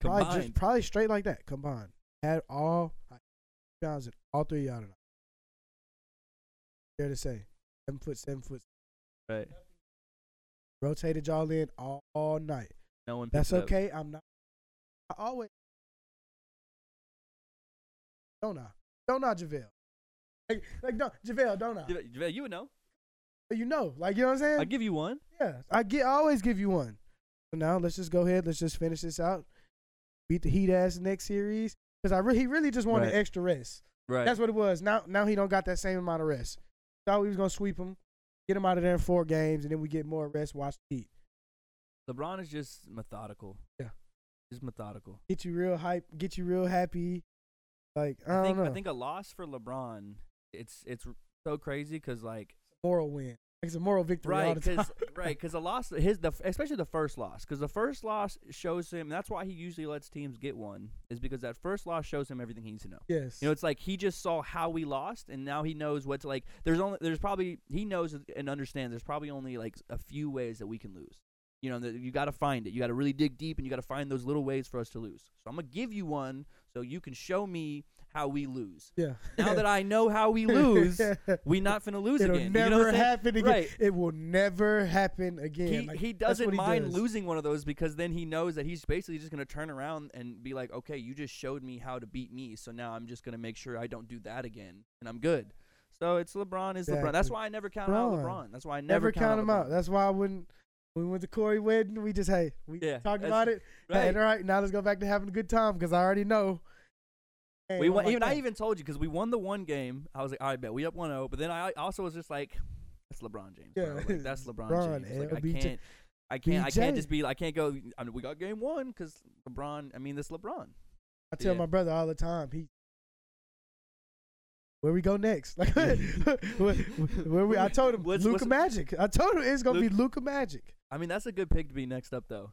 Speaker 2: Probably,
Speaker 1: combine.
Speaker 2: just, probably straight like that. Combined, had all I rebounds in all three y'all tonight. Fair to say, seven foot, seven foot.
Speaker 1: right.
Speaker 2: Rotated y'all in all, all night.
Speaker 1: No one.
Speaker 2: That's
Speaker 1: picks it up.
Speaker 2: okay. I'm not. I always don't I? Don't I, Javale? Like, like, don't Javale? Don't I?
Speaker 1: Javale- Javale, You would know.
Speaker 2: You know, like, you know what I'm saying?
Speaker 1: I give you one.
Speaker 2: yeah, I get. I always give you one. So now let's just go ahead. Let's just finish this out. Beat the Heat ass next series because I really, he really just wanted
Speaker 1: Right.
Speaker 2: extra rest.
Speaker 1: Right.
Speaker 2: That's what it was. Now, now he don't got that same amount of rest. Thought we was gonna sweep him, get him out of there in four games, and then we get more rest. Watch the Heat.
Speaker 1: LeBron is just methodical.
Speaker 2: Yeah.
Speaker 1: Just methodical.
Speaker 2: Get you real hype. Get you real happy. Like I,
Speaker 1: I,
Speaker 2: don't
Speaker 1: think
Speaker 2: know.
Speaker 1: I think a loss for LeBron. It's it's so crazy because like
Speaker 2: moral win. It's a moral victory all
Speaker 1: right
Speaker 2: the time.
Speaker 1: because right because a loss his the especially the first loss because the first loss shows him that's why he usually lets teams get one is because that first loss shows him everything he needs to know
Speaker 2: Yes.
Speaker 1: you know it's like he just saw how we lost and now he knows what to like there's only there's probably he knows and understands there's probably only like a few ways that we can lose you know that you got to find it you got to really dig deep and you got to find those little ways for us to lose so i'm gonna give you one so you can show me how we lose
Speaker 2: yeah.
Speaker 1: now that i know how we lose we not finna lose
Speaker 2: It'll
Speaker 1: again
Speaker 2: never
Speaker 1: you know what I'm saying?
Speaker 2: happen again.
Speaker 1: Right.
Speaker 2: It will never happen again.
Speaker 1: he,
Speaker 2: Like,
Speaker 1: he
Speaker 2: that's
Speaker 1: doesn't
Speaker 2: what he
Speaker 1: mind
Speaker 2: does.
Speaker 1: losing one of those because then he knows that he's basically just going to turn around and be like, okay, you just showed me how to beat me, so now I'm just going to make sure I don't do that again, and I'm good. So it's LeBron is LeBron. That's
Speaker 2: Exactly.
Speaker 1: why I never count out
Speaker 2: LeBron.
Speaker 1: LeBron. That's why I never,
Speaker 2: Never count him out.
Speaker 1: LeBron.
Speaker 2: That's why I wouldn't. When we went to Corey Wedding, we just hey, we
Speaker 1: Yeah,
Speaker 2: talked
Speaker 1: that's-
Speaker 2: about it. Hey,
Speaker 1: Right.
Speaker 2: all right, now let's go back to having a good time because I already know. Hey,
Speaker 1: we
Speaker 2: I'm
Speaker 1: won,
Speaker 2: like
Speaker 1: even I
Speaker 2: that.
Speaker 1: even told you because we won the one game. I was like, all right, bet we up 1-0. But then I also was just like, that's LeBron James. bro.
Speaker 2: Yeah,
Speaker 1: Like, that's LeBron,
Speaker 2: LeBron,
Speaker 1: James. Like, I
Speaker 2: LBJ.
Speaker 1: can't. I can't. I can't
Speaker 2: BJ.
Speaker 1: just be. I can't go. I mean, we got game one because LeBron. I mean, this LeBron.
Speaker 2: I tell
Speaker 1: yeah.
Speaker 2: my brother all the time. He where we go next? Like where, where we? I told him
Speaker 1: What's-
Speaker 2: Luca
Speaker 1: what's-
Speaker 2: Magic. I told him it's gonna be Luca Magic.
Speaker 1: I mean, that's a good pick to be next up, though.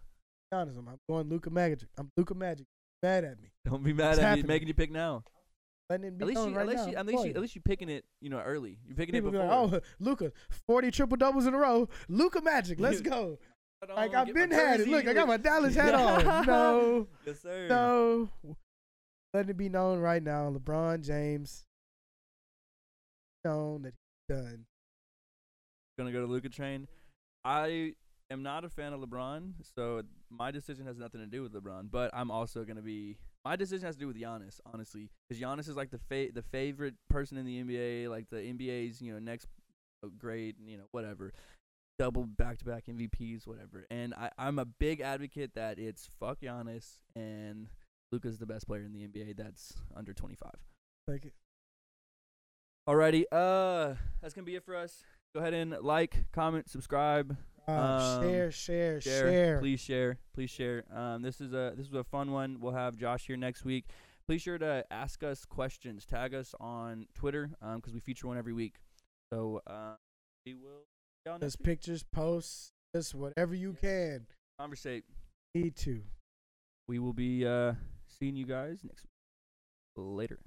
Speaker 2: Be Honest, I'm going Luca Magic. I'm Luca Magic. Mad at me.
Speaker 1: Don't be mad
Speaker 2: It's
Speaker 1: at
Speaker 2: happening.
Speaker 1: me making you pick now.
Speaker 2: Letting it be
Speaker 1: At least,
Speaker 2: known
Speaker 1: you,
Speaker 2: right
Speaker 1: at least,
Speaker 2: now.
Speaker 1: you,
Speaker 2: I'm
Speaker 1: at least,
Speaker 2: for
Speaker 1: you,
Speaker 2: you.
Speaker 1: at least you picking it. You know, early. You're picking
Speaker 2: People
Speaker 1: it
Speaker 2: be
Speaker 1: before.
Speaker 2: like, oh, Luca, forty triple doubles in a row. Luca Magic. Let's go.
Speaker 1: Hold on,
Speaker 2: Like
Speaker 1: get
Speaker 2: I've
Speaker 1: Oh my
Speaker 2: been had it.
Speaker 1: jersey,
Speaker 2: Look, I got my
Speaker 1: look.
Speaker 2: Dallas hat on. No,
Speaker 1: Yes, sir.
Speaker 2: no. Letting it be known right now, LeBron James. Known that he's done.
Speaker 1: Gonna go to Luca train. I am not a fan of LeBron, so my decision has nothing to do with LeBron. But I'm also gonna be. My decision has to do with Giannis, honestly, because Giannis is like the fa- the favorite person in the NBA, like the NBA's you know next uh, great, you know whatever, double back to back MVPs, whatever. And I, I'm a big advocate that it's fuck Giannis and Luca's the best player in the NBA that's under 25.
Speaker 2: Like it.
Speaker 1: Alrighty, uh, that's gonna be it for us. Go ahead and like, comment, subscribe,
Speaker 2: Um,
Speaker 1: Um,
Speaker 2: share, share,
Speaker 1: share,
Speaker 2: share.
Speaker 1: please share, please share. Um, this is a this was a fun one. We'll have Josh here next week. Please sure to ask us questions. Tag us on Twitter because we feature one every week. So uh, we will see y'all next
Speaker 2: Just
Speaker 1: week.
Speaker 2: pictures, posts, just whatever you can.
Speaker 1: conversate.
Speaker 2: Need to.
Speaker 1: We will be uh, seeing you guys next week. Later.